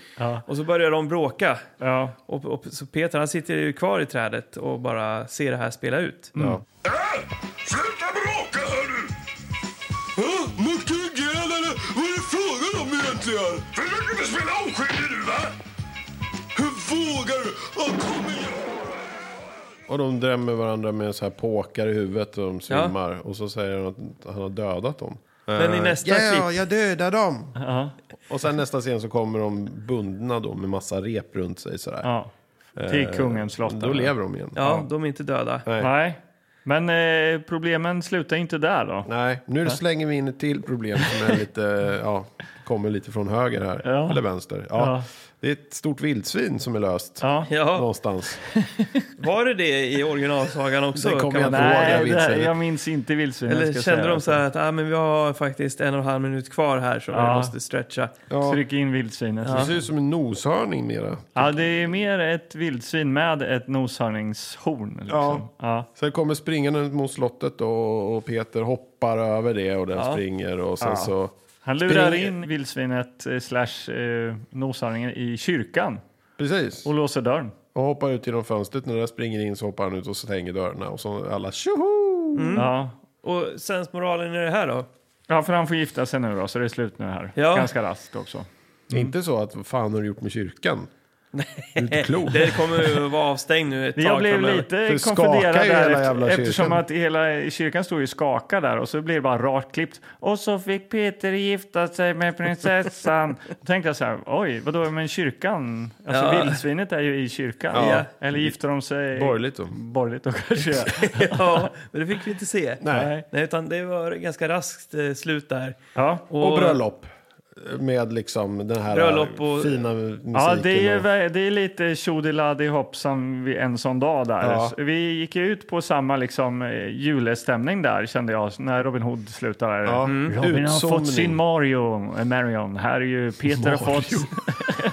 Speaker 1: Och så börjar de bråka. Och, och så Peter han sitter ju kvar i trädet och bara ser det här spela ut.
Speaker 2: Ja.
Speaker 15: Äh, Sluta bråka hörru! Hä? Muckhugg ihjäl Äh, eller vad är det frågan om egentligen? Försöker du spela oskyldig nu va? Hur vågar du? Ja, kom igen!
Speaker 3: Och de drämmer varandra med en sån här påkar i huvudet och de svimmar. Och så säger han att han har dödat dem.
Speaker 1: Men i
Speaker 3: Eh,
Speaker 1: nästa
Speaker 3: "Ja,
Speaker 1: klipp-
Speaker 3: jag dödar dem. Och sen nästa scen så kommer de bundna då med massa rep runt sig sådär.
Speaker 2: Ja. Till
Speaker 3: Eh,
Speaker 2: kungens lotta.
Speaker 3: Då lever de igen.
Speaker 2: Ja,
Speaker 1: de är inte döda.
Speaker 3: Nej.
Speaker 2: Nej. Men eh, problemen slutar inte där då.
Speaker 3: Nej, nu
Speaker 2: Va?
Speaker 3: slänger vi in ett till problem som är lite, ja, kommer lite från höger här.
Speaker 2: Ja.
Speaker 3: Eller vänster. Ja.
Speaker 2: Ja.
Speaker 3: Det är ett stort vildsvin som är löst. Någonstans.
Speaker 1: Var det det i originalsagan också?
Speaker 3: Det kommer
Speaker 1: Kan
Speaker 3: jag
Speaker 1: man-
Speaker 3: inte ihåg, jag
Speaker 2: Nej,
Speaker 3: minns
Speaker 2: det,
Speaker 3: inte.
Speaker 2: jag minns inte vildsvin. jag
Speaker 1: Eller
Speaker 2: ska
Speaker 1: kände
Speaker 2: säga.
Speaker 1: de så här att ah, men vi har faktiskt en och en halv minut kvar här så vi
Speaker 2: Ja.
Speaker 1: måste stretcha.
Speaker 2: Tryck in vildsvinet.
Speaker 1: Ja. Det ser ut
Speaker 3: som en noshörning mera.
Speaker 2: Ja, det är mer ett vildsvin med ett noshörningshorn. Liksom.
Speaker 3: Sen kommer springande mot slottet då, och Peter hoppar över det och den
Speaker 2: Ja.
Speaker 3: springer och sen
Speaker 2: Ja.
Speaker 3: så...
Speaker 2: Han lurar
Speaker 3: springer-
Speaker 2: in vildsvinet eh, slash eh, noshörningen i kyrkan.
Speaker 3: Precis.
Speaker 2: Och låser dörren.
Speaker 3: Och hoppar ut genom fönstret. När det springer in så hoppar han ut och stänger dörrarna. Och så alla tjoho!
Speaker 1: Mm. Och sensmoralen i det här då?
Speaker 2: Ja, för han får gifta sig nu då, så det är slut nu här.
Speaker 1: Ja.
Speaker 2: Ganska raskt också.
Speaker 3: Inte så att vad fan har du gjort med kyrkan? Du är inte klok.
Speaker 1: Eh, *laughs* Det kommer ju vara avstängd nu ett tag
Speaker 2: *laughs* Jag blev
Speaker 1: framöver.
Speaker 2: lite konfunderad
Speaker 3: skakar ju
Speaker 2: där
Speaker 3: hela
Speaker 2: efter,
Speaker 3: jävla kyrkan.
Speaker 2: eftersom att hela kyrkan stod ju skaka där och så blev det bara rakt klippt. Och så fick Peter gifta sig med prinsessan. Då tänkte jag så här, oj, vadå, men kyrkan? Alltså
Speaker 1: Ja.
Speaker 2: vildsvinet är ju i kyrkan.
Speaker 1: Ja.
Speaker 2: Eller gifter de sig?
Speaker 1: Borgerligt
Speaker 3: då.
Speaker 2: Borgerligt då kanske.
Speaker 1: *laughs* ja, men det fick vi inte se.
Speaker 3: Nej.
Speaker 1: Nej utan det var ganska raskt eh, slut där.
Speaker 2: Ja.
Speaker 3: Och, bröllop. Med liksom den här
Speaker 1: Bröllop och-
Speaker 3: fina musiken.
Speaker 2: Ja, det är, ju,
Speaker 3: och-
Speaker 2: vä- det är lite tjodiladi hoppsan vi- en sån dag där.
Speaker 3: Ja.
Speaker 2: Så Vi gick ju ut på samma liksom, eh, julestämning där kände jag när Robin Hood slutade.
Speaker 3: Ja.
Speaker 2: Mm.
Speaker 3: Mm.
Speaker 2: Robin har
Speaker 3: Utsomning.
Speaker 2: fått sin Mario, eh, Marion. Här är ju Peter har fått...
Speaker 1: *laughs*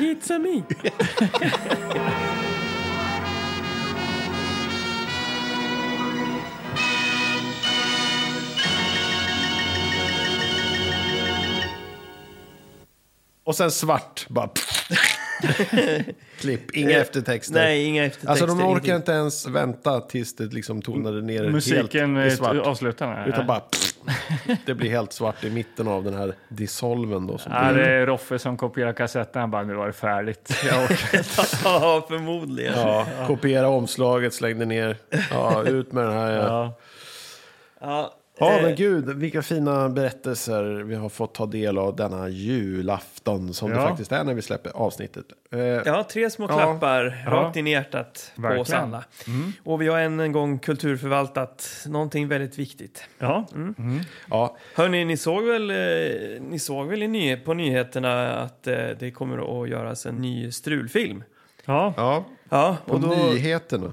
Speaker 1: It's a me! *laughs*
Speaker 3: Och sen svart bara... *laughs* Klipp, inga
Speaker 1: Eh,
Speaker 3: eftertexter.
Speaker 1: nej, inga eftertexter,
Speaker 3: Alltså de orkar
Speaker 1: ingenting.
Speaker 3: inte ens vänta tills det liksom tonade ner
Speaker 2: Musiken,
Speaker 3: helt i
Speaker 2: eh,
Speaker 3: svart.
Speaker 2: avslutar med-
Speaker 3: Utan
Speaker 2: nej.
Speaker 3: bara...
Speaker 2: *laughs*
Speaker 3: det blir helt svart i mitten av den här dissolven då. Som
Speaker 2: Ja,
Speaker 3: blir-
Speaker 2: det
Speaker 1: Mm.
Speaker 2: är Roffe som kopierar kassetten. Han bara, nu var det färdigt.
Speaker 1: *laughs*
Speaker 2: Jag orkar inte.
Speaker 1: ja, förmodligen.
Speaker 3: Ja, kopiera omslaget, slängde ner. Ja, ut med den här. Ja,
Speaker 2: Ja.
Speaker 1: Ja,
Speaker 3: ja
Speaker 1: eh,
Speaker 3: men gud, vilka fina berättelser vi har fått ta del av denna julafton som det
Speaker 1: Ja.
Speaker 3: faktiskt är när vi släpper avsnittet. Eh,
Speaker 1: Ja, tre små
Speaker 3: Ja.
Speaker 1: klappar
Speaker 3: Ja.
Speaker 1: rakt in i hjärtat på oss
Speaker 3: Verkligen. Mm.
Speaker 1: alla. Och vi har än en gång kulturförvaltat någonting väldigt viktigt.
Speaker 2: Ja.
Speaker 1: Mm.
Speaker 3: Ja.
Speaker 1: Hörni, ni såg väl, eh, ni såg väl i ny, på nyheterna att eh, det kommer att göras en ny strulfilm?
Speaker 2: Ja.
Speaker 3: ja.
Speaker 1: Ja,
Speaker 3: På
Speaker 1: och då,
Speaker 3: nyheterna.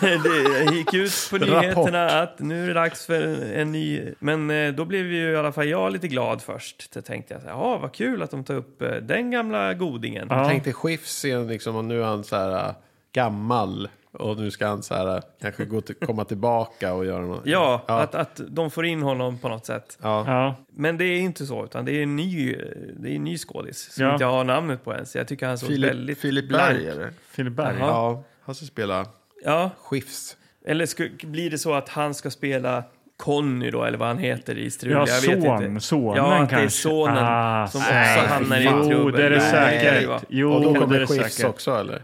Speaker 1: det gick ut på
Speaker 3: *laughs* Rapport.
Speaker 1: nyheterna att nu är det dags för en ny... Men eh, då blev ju i alla fall jag lite glad först. Då tänkte jag så här, ja vad kul att de tar upp eh, den gamla godingen.
Speaker 3: Jag tänkte Schiffs är liksom, och nu är han så här äh, gammal. Och nu ska han så här äh, kanske gå till, komma tillbaka och göra något.
Speaker 1: Ja, Att, att de får in honom på något sätt.
Speaker 3: Ja.
Speaker 2: Ja.
Speaker 1: Men det är inte så, utan det är en ny, det är en ny skådis som
Speaker 3: Ja.
Speaker 1: inte jag har namnet på ens. Jag tycker han såg
Speaker 3: Filip-
Speaker 1: väldigt
Speaker 3: Filip
Speaker 1: blank.
Speaker 3: Berg, eller?
Speaker 2: Filip
Speaker 1: Berg?
Speaker 3: Ja, han ska spela
Speaker 1: Ja.
Speaker 3: Schiffs.
Speaker 1: Eller sku- blir det så att han ska spela Conny då, eller vad han heter i Strul?
Speaker 2: Ja,
Speaker 1: jag vet
Speaker 2: son,
Speaker 1: inte.
Speaker 2: sonen
Speaker 1: ja, att det är
Speaker 2: kanske.
Speaker 1: sonen
Speaker 2: Ah,
Speaker 1: som
Speaker 2: nej,
Speaker 1: också hamnar i
Speaker 2: fan.
Speaker 1: trubbel.
Speaker 2: Jo, det är det
Speaker 1: Nej,
Speaker 2: säkert.
Speaker 1: det var-
Speaker 2: Jo, Och då kommer det är det Schiffs säkert.
Speaker 3: också eller?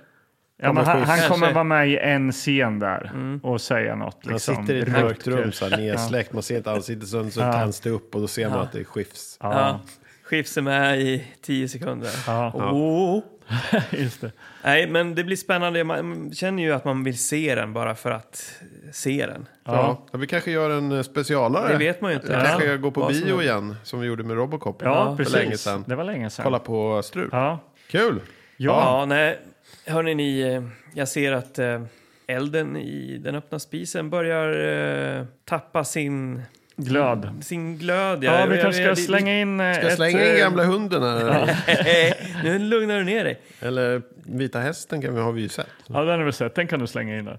Speaker 2: Ja, men han, han kommer
Speaker 1: Kanske.
Speaker 2: vara med i en scen där
Speaker 3: Mm.
Speaker 2: och säga något. Liksom,
Speaker 3: han sitter i ett
Speaker 2: rökt
Speaker 3: mörkt rum
Speaker 2: kul. *laughs*
Speaker 3: så här nedsläckt. Man ser inte ansiktet. Sen så
Speaker 2: Ja.
Speaker 3: tänds det upp och då ser man
Speaker 1: Ja.
Speaker 3: att det är Schiffs.
Speaker 1: Ja. Skifs är med i tio sekunder.
Speaker 2: Ja.
Speaker 1: Oh.
Speaker 3: liksom.
Speaker 2: Just det.
Speaker 1: Nej, men det blir spännande. Man känner ju att man vill se den bara för att se den.
Speaker 3: Ja. Ja, vi kanske gör en eh, specialare.
Speaker 1: Det vet man ju inte.
Speaker 3: Vi
Speaker 1: Ja.
Speaker 3: kanske går på
Speaker 1: Vad som
Speaker 3: bio
Speaker 1: helst.
Speaker 3: igen, som vi gjorde med Robocop.
Speaker 1: Ja,
Speaker 3: för
Speaker 1: precis.
Speaker 3: länge sedan.
Speaker 2: Det var länge sedan.
Speaker 3: Kolla på Strul.
Speaker 2: Ja.
Speaker 3: Kul!
Speaker 1: Ja, nej. Hörrni, ni, eh, jag ser att eh, elden i den öppna spisen börjar eh, tappa sin
Speaker 2: Glöd.
Speaker 1: Sin glöd,
Speaker 2: Ja, vi kanske
Speaker 1: *laughs*
Speaker 2: ska slänga in, eh, Ska jag slänga ett, in eh, gamla hunden här?
Speaker 1: Eh, nu lugnar du ner dig.
Speaker 3: Eller Vita hästen kan vi, har vi ju sett.
Speaker 2: Ja, den har vi sett. Den kan du slänga in där.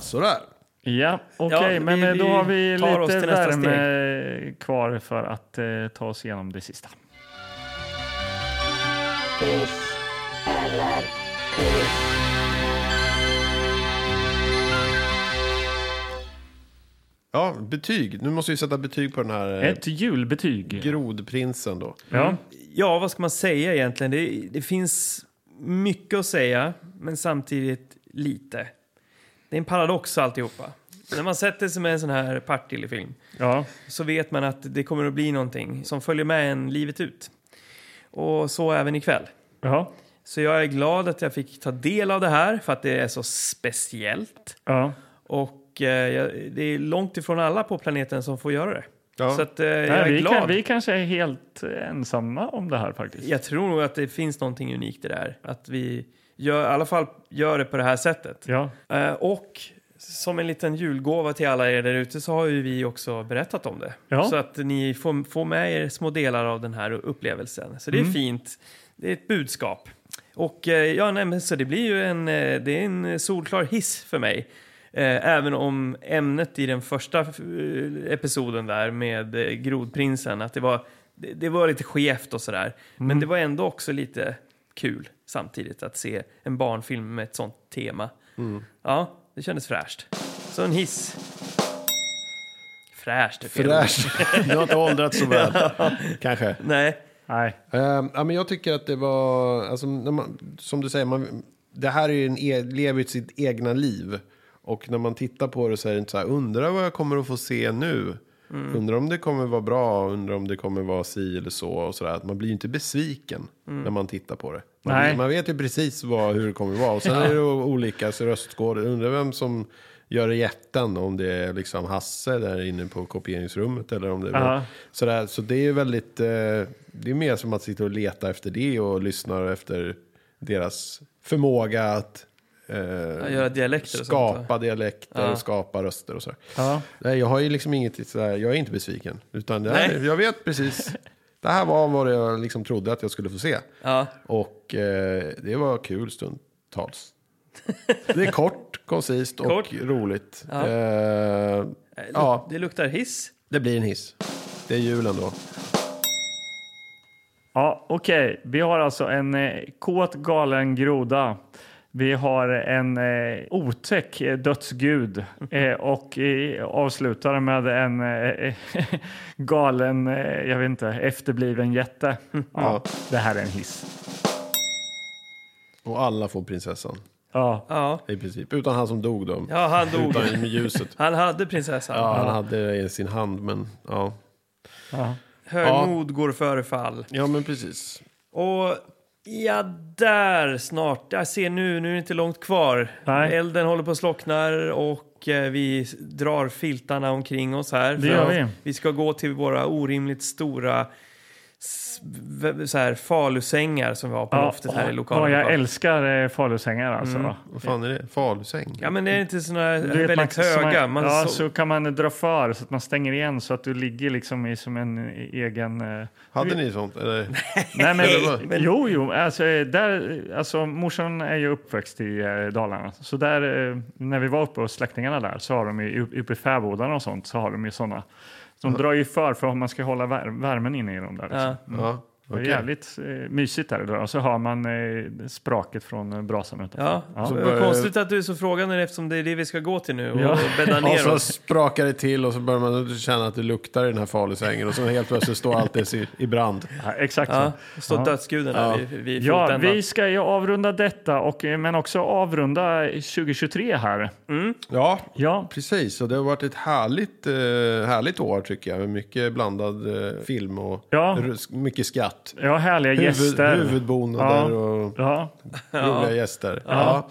Speaker 3: Sådär.
Speaker 2: Ja, okej,
Speaker 3: Ja,
Speaker 2: men
Speaker 3: vi-
Speaker 2: eh, då
Speaker 3: vi
Speaker 2: har vi
Speaker 3: tar oss
Speaker 2: lite
Speaker 3: till nästa
Speaker 2: värme kvar för att eh, ta oss igenom det sista.
Speaker 3: Ja, betyg. Nu måste vi sätta betyg på den här... eh,
Speaker 1: Ett
Speaker 2: julbetyg.
Speaker 3: Grodprinsen då.
Speaker 1: Mm. ja, vad ska man säga egentligen? Det, det finns mycket att säga, men samtidigt lite. Det är en paradox alltihopa. När man sätter sig med en sån här Partille-film
Speaker 2: ja.
Speaker 1: så vet man att det kommer att bli någonting som följer med en livet ut. Och så även ikväll.
Speaker 2: Jaha.
Speaker 1: Så jag är glad att jag fick ta del av det här för att det är så speciellt.
Speaker 2: Ja.
Speaker 1: Och eh, jag, det är långt ifrån alla på planeten som får göra det. Så att, eh, jag
Speaker 2: Nej,
Speaker 1: är
Speaker 2: vi,
Speaker 1: glad.
Speaker 2: Kan, vi kanske är helt eh, ensamma om det här faktiskt.
Speaker 1: Jag tror nog att det finns någonting unikt i det här. Att vi gör, i alla fall gör det på det här sättet.
Speaker 2: Ja.
Speaker 1: Eh, och som en liten julgåva till alla er där ute så har ju vi också berättat om det.
Speaker 2: Ja.
Speaker 1: Så att ni får, får med er små delar av den här upplevelsen. Så det är
Speaker 2: Mm.
Speaker 1: fint. Det är ett budskap. Och eh, ja, nej, men så det blir ju en, eh, det är en solklar hiss för mig. Eh, Även om ämnet i den första eh, episoden där med eh, grodprinsen, att det var, det, det var lite skevt och sådär. Men
Speaker 2: Mm.
Speaker 1: det var ändå också lite kul samtidigt att se en barnfilm med ett sånt tema.
Speaker 3: Mm.
Speaker 1: Ja, det kändes fräscht. Så en hiss. Fräscht är fel
Speaker 3: Fräsch. *laughs*
Speaker 1: ord.
Speaker 3: Du har inte åldrats
Speaker 1: *laughs*
Speaker 3: så väl. Kanske.
Speaker 1: Nej.
Speaker 2: Nej.
Speaker 3: Ehm, ja, men jag tycker att det var, alltså, när man, som du säger, man, det här är ju en, e- lever ju sitt egna liv. Och när man tittar på det så är det inte så här, undrar vad jag kommer att få se nu.
Speaker 1: Mm.
Speaker 3: Undrar om det kommer vara bra, undrar om det kommer vara si eller så. Och så där. Att Man blir ju inte besviken
Speaker 1: Mm.
Speaker 3: när man tittar på det. Man,
Speaker 2: Nej.
Speaker 3: Blir, man vet ju precis vad, hur det kommer att vara. Och sen
Speaker 2: Ja.
Speaker 3: är det olika så röstskådor. Undrar vem som gör jätten. Om det är liksom Hasse där inne på kopieringsrummet. Eller om det är
Speaker 2: Ja.
Speaker 3: sådär. Så det är ju väldigt... eh, Det är mer som att sitta och leta efter det och lyssna efter deras förmåga att... eh,
Speaker 1: göra dialekter och sånt, va?
Speaker 3: Skapa dialekter,
Speaker 1: Ja.
Speaker 3: skapa röster och så.
Speaker 2: Ja.
Speaker 3: Nej, jag har ju liksom inget sådär, jag är inte besviken. Utan det här,
Speaker 1: Nej.
Speaker 3: jag
Speaker 1: *laughs*
Speaker 3: vet precis. Det här var vad jag liksom trodde att jag skulle få se.
Speaker 1: Ja.
Speaker 3: Och eh, det var kul stundtals. Det är kort, koncist och
Speaker 1: Kort.
Speaker 3: roligt.
Speaker 1: Ja.
Speaker 3: Eh, ja,
Speaker 1: Det luktar hiss.
Speaker 3: det blir en hiss. Det är julen då.
Speaker 2: Ja, okej. Vi har alltså en eh, kåt galen groda. Vi har en eh, otäck eh,
Speaker 1: *laughs*
Speaker 2: dödsgud eh, och eh, avslutar med en eh, *laughs* galen, eh, jag vet inte,
Speaker 1: *laughs*
Speaker 2: efterbliven jätte. Ja, det här är en hiss.
Speaker 3: Och alla får prinsessan.
Speaker 2: Ja.
Speaker 3: I princip. Utan han som dog då.
Speaker 1: Ja, han dog.
Speaker 3: Utan med ljuset.
Speaker 1: Han hade prinsessan.
Speaker 3: Ja, han hade det i sin hand, men ja.
Speaker 2: Ja.
Speaker 1: Högmod går före fall.
Speaker 3: Ja, men precis.
Speaker 1: Och ja, där snart. Jag ser nu, nu är det inte långt kvar.
Speaker 2: Nej.
Speaker 1: Elden håller på att slocknar och eh, vi s- drar filtarna omkring oss här.
Speaker 2: Det
Speaker 1: För
Speaker 2: gör
Speaker 1: att
Speaker 2: vi.
Speaker 1: Vi ska gå till våra orimligt stora s- v- så här, falusängar som vi har på loftet här i lokalen.
Speaker 2: Ja, jag älskar eh, falushängar alltså.
Speaker 1: Mm.
Speaker 3: Vad fan är det? Falusäng?
Speaker 1: Ja, men det är inte såna här
Speaker 2: Du vet, man-
Speaker 1: väldigt
Speaker 2: så man-
Speaker 1: höga. Man
Speaker 2: ja,
Speaker 1: så-
Speaker 2: så... kan man dra för så att man stänger igen så att du ligger liksom i som en egen... eh,
Speaker 3: Hade ni sånt? Eller?
Speaker 2: Nej, men,
Speaker 3: Eller vad?
Speaker 2: Jo, jo. Alltså, eh, där, eh, alltså, morsan är ju uppväxt i eh, Dalarna. Så där, eh, när vi var uppe hos släktingarna där så har de ju upp- uppe i fäbodarna och sånt så har de ju sådana. De drar ju för för att man ska hålla vär- värmen inne i dem där. Liksom.
Speaker 3: Ja.
Speaker 1: Mm.
Speaker 3: Ja,
Speaker 2: Det är
Speaker 3: okej.
Speaker 2: jävligt eh, mysigt där idag. Och så hör man eh, spraket från eh, brasan utanför.
Speaker 1: Ja, så
Speaker 2: Ja.
Speaker 1: vad konstigt att du är så frågande eftersom det är det vi ska gå till nu och
Speaker 2: Ja.
Speaker 1: *laughs* bädda
Speaker 3: Ja,
Speaker 1: ner
Speaker 3: så
Speaker 1: oss.
Speaker 3: sprakar det till och så börjar man känna att det luktar i den här falusängen och så helt plötsligt står allt det i- i brand.
Speaker 2: Ja, exakt
Speaker 1: Ja, står dödsguden där vid- vid
Speaker 2: Ja,
Speaker 1: fotändan.
Speaker 2: vi ska ju avrunda detta, och, eh, men också avrunda 2023 här.
Speaker 3: Ja,
Speaker 2: ja,
Speaker 3: precis. Och det har varit ett härligt, eh, härligt år tycker jag. Med mycket blandad eh, film och
Speaker 2: Ja.
Speaker 3: r- mycket skratt. gillat.
Speaker 2: Ja, härliga gäster.
Speaker 3: Huvudbonader
Speaker 2: Ja.
Speaker 3: och
Speaker 2: Ja.
Speaker 3: roliga
Speaker 2: Ja.
Speaker 3: gäster.
Speaker 2: Ja.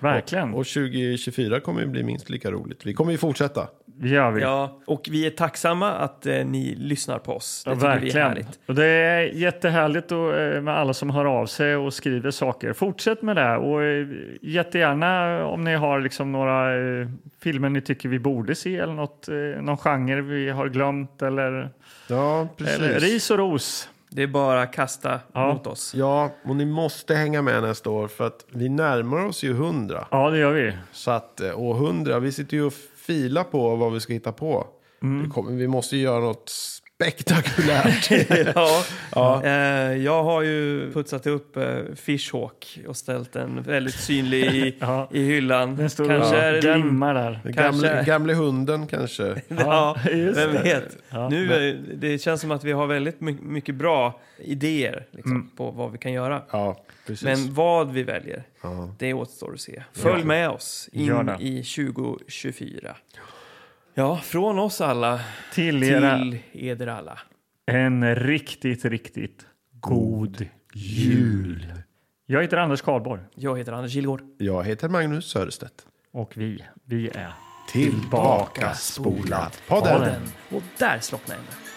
Speaker 2: Verkligen.
Speaker 3: Och, och 2024 kommer ju bli minst lika roligt. Vi kommer ju fortsätta.
Speaker 2: Det gör vi.
Speaker 1: Ja, och vi är tacksamma att eh, ni lyssnar på oss. Det
Speaker 2: Ja,
Speaker 1: tycker vi är
Speaker 2: verkligen.
Speaker 1: härligt.
Speaker 2: Och det är jättehärligt och, eh, med alla som hör av sig och skriver saker. Fortsätt med det och eh, jättegärna om ni har liksom några eh, filmer ni tycker vi borde se eller något, eh, någon genre vi har glömt eller,
Speaker 3: Ja,
Speaker 2: eller ris och ros.
Speaker 1: Det är bara att kasta mot oss.
Speaker 3: Ja, och ni måste hänga med nästa år för att vi närmar oss ju 100.
Speaker 2: Ja, det gör vi.
Speaker 3: Så att, eh, och 100, vi sitter ju och filar på vad vi ska hitta på.
Speaker 2: Mm.
Speaker 3: Det kommer, vi måste ju göra något
Speaker 2: *laughs*
Speaker 3: spektakulärt.
Speaker 1: *laughs* ja. Eh, jag har ju putsat upp eh, Fishhawk och ställt den väldigt synlig
Speaker 2: *laughs*
Speaker 1: i, i hyllan. Den
Speaker 2: står
Speaker 1: kanske
Speaker 2: och
Speaker 1: är det den-
Speaker 2: glimmar där.
Speaker 3: Den
Speaker 1: Kanske.
Speaker 3: gamle, gamle hunden kanske.
Speaker 1: *laughs* Ja,
Speaker 2: just
Speaker 1: vem
Speaker 2: det.
Speaker 1: vet.
Speaker 2: Ja.
Speaker 1: Nu,
Speaker 2: Men-
Speaker 1: är- det känns som att vi har väldigt my- mycket bra idéer liksom,
Speaker 2: Mm.
Speaker 1: på vad vi kan göra.
Speaker 3: Ja, precis.
Speaker 1: Men vad vi väljer,
Speaker 3: Ja.
Speaker 1: det återstår att se. Följ
Speaker 3: Ja.
Speaker 1: med oss
Speaker 2: Gör
Speaker 1: in
Speaker 2: det.
Speaker 1: i 2024. Ja, från oss alla
Speaker 2: Till era-
Speaker 1: till eder alla.
Speaker 2: En riktigt, riktigt god jul. Jag heter Anders Karlborg.
Speaker 1: Jag heter Anders Gillgård.
Speaker 3: Jag heter Magnus Sörestedt.
Speaker 2: Och vi, vi är
Speaker 3: Tillbaka spolat
Speaker 1: Och där slocknade jag.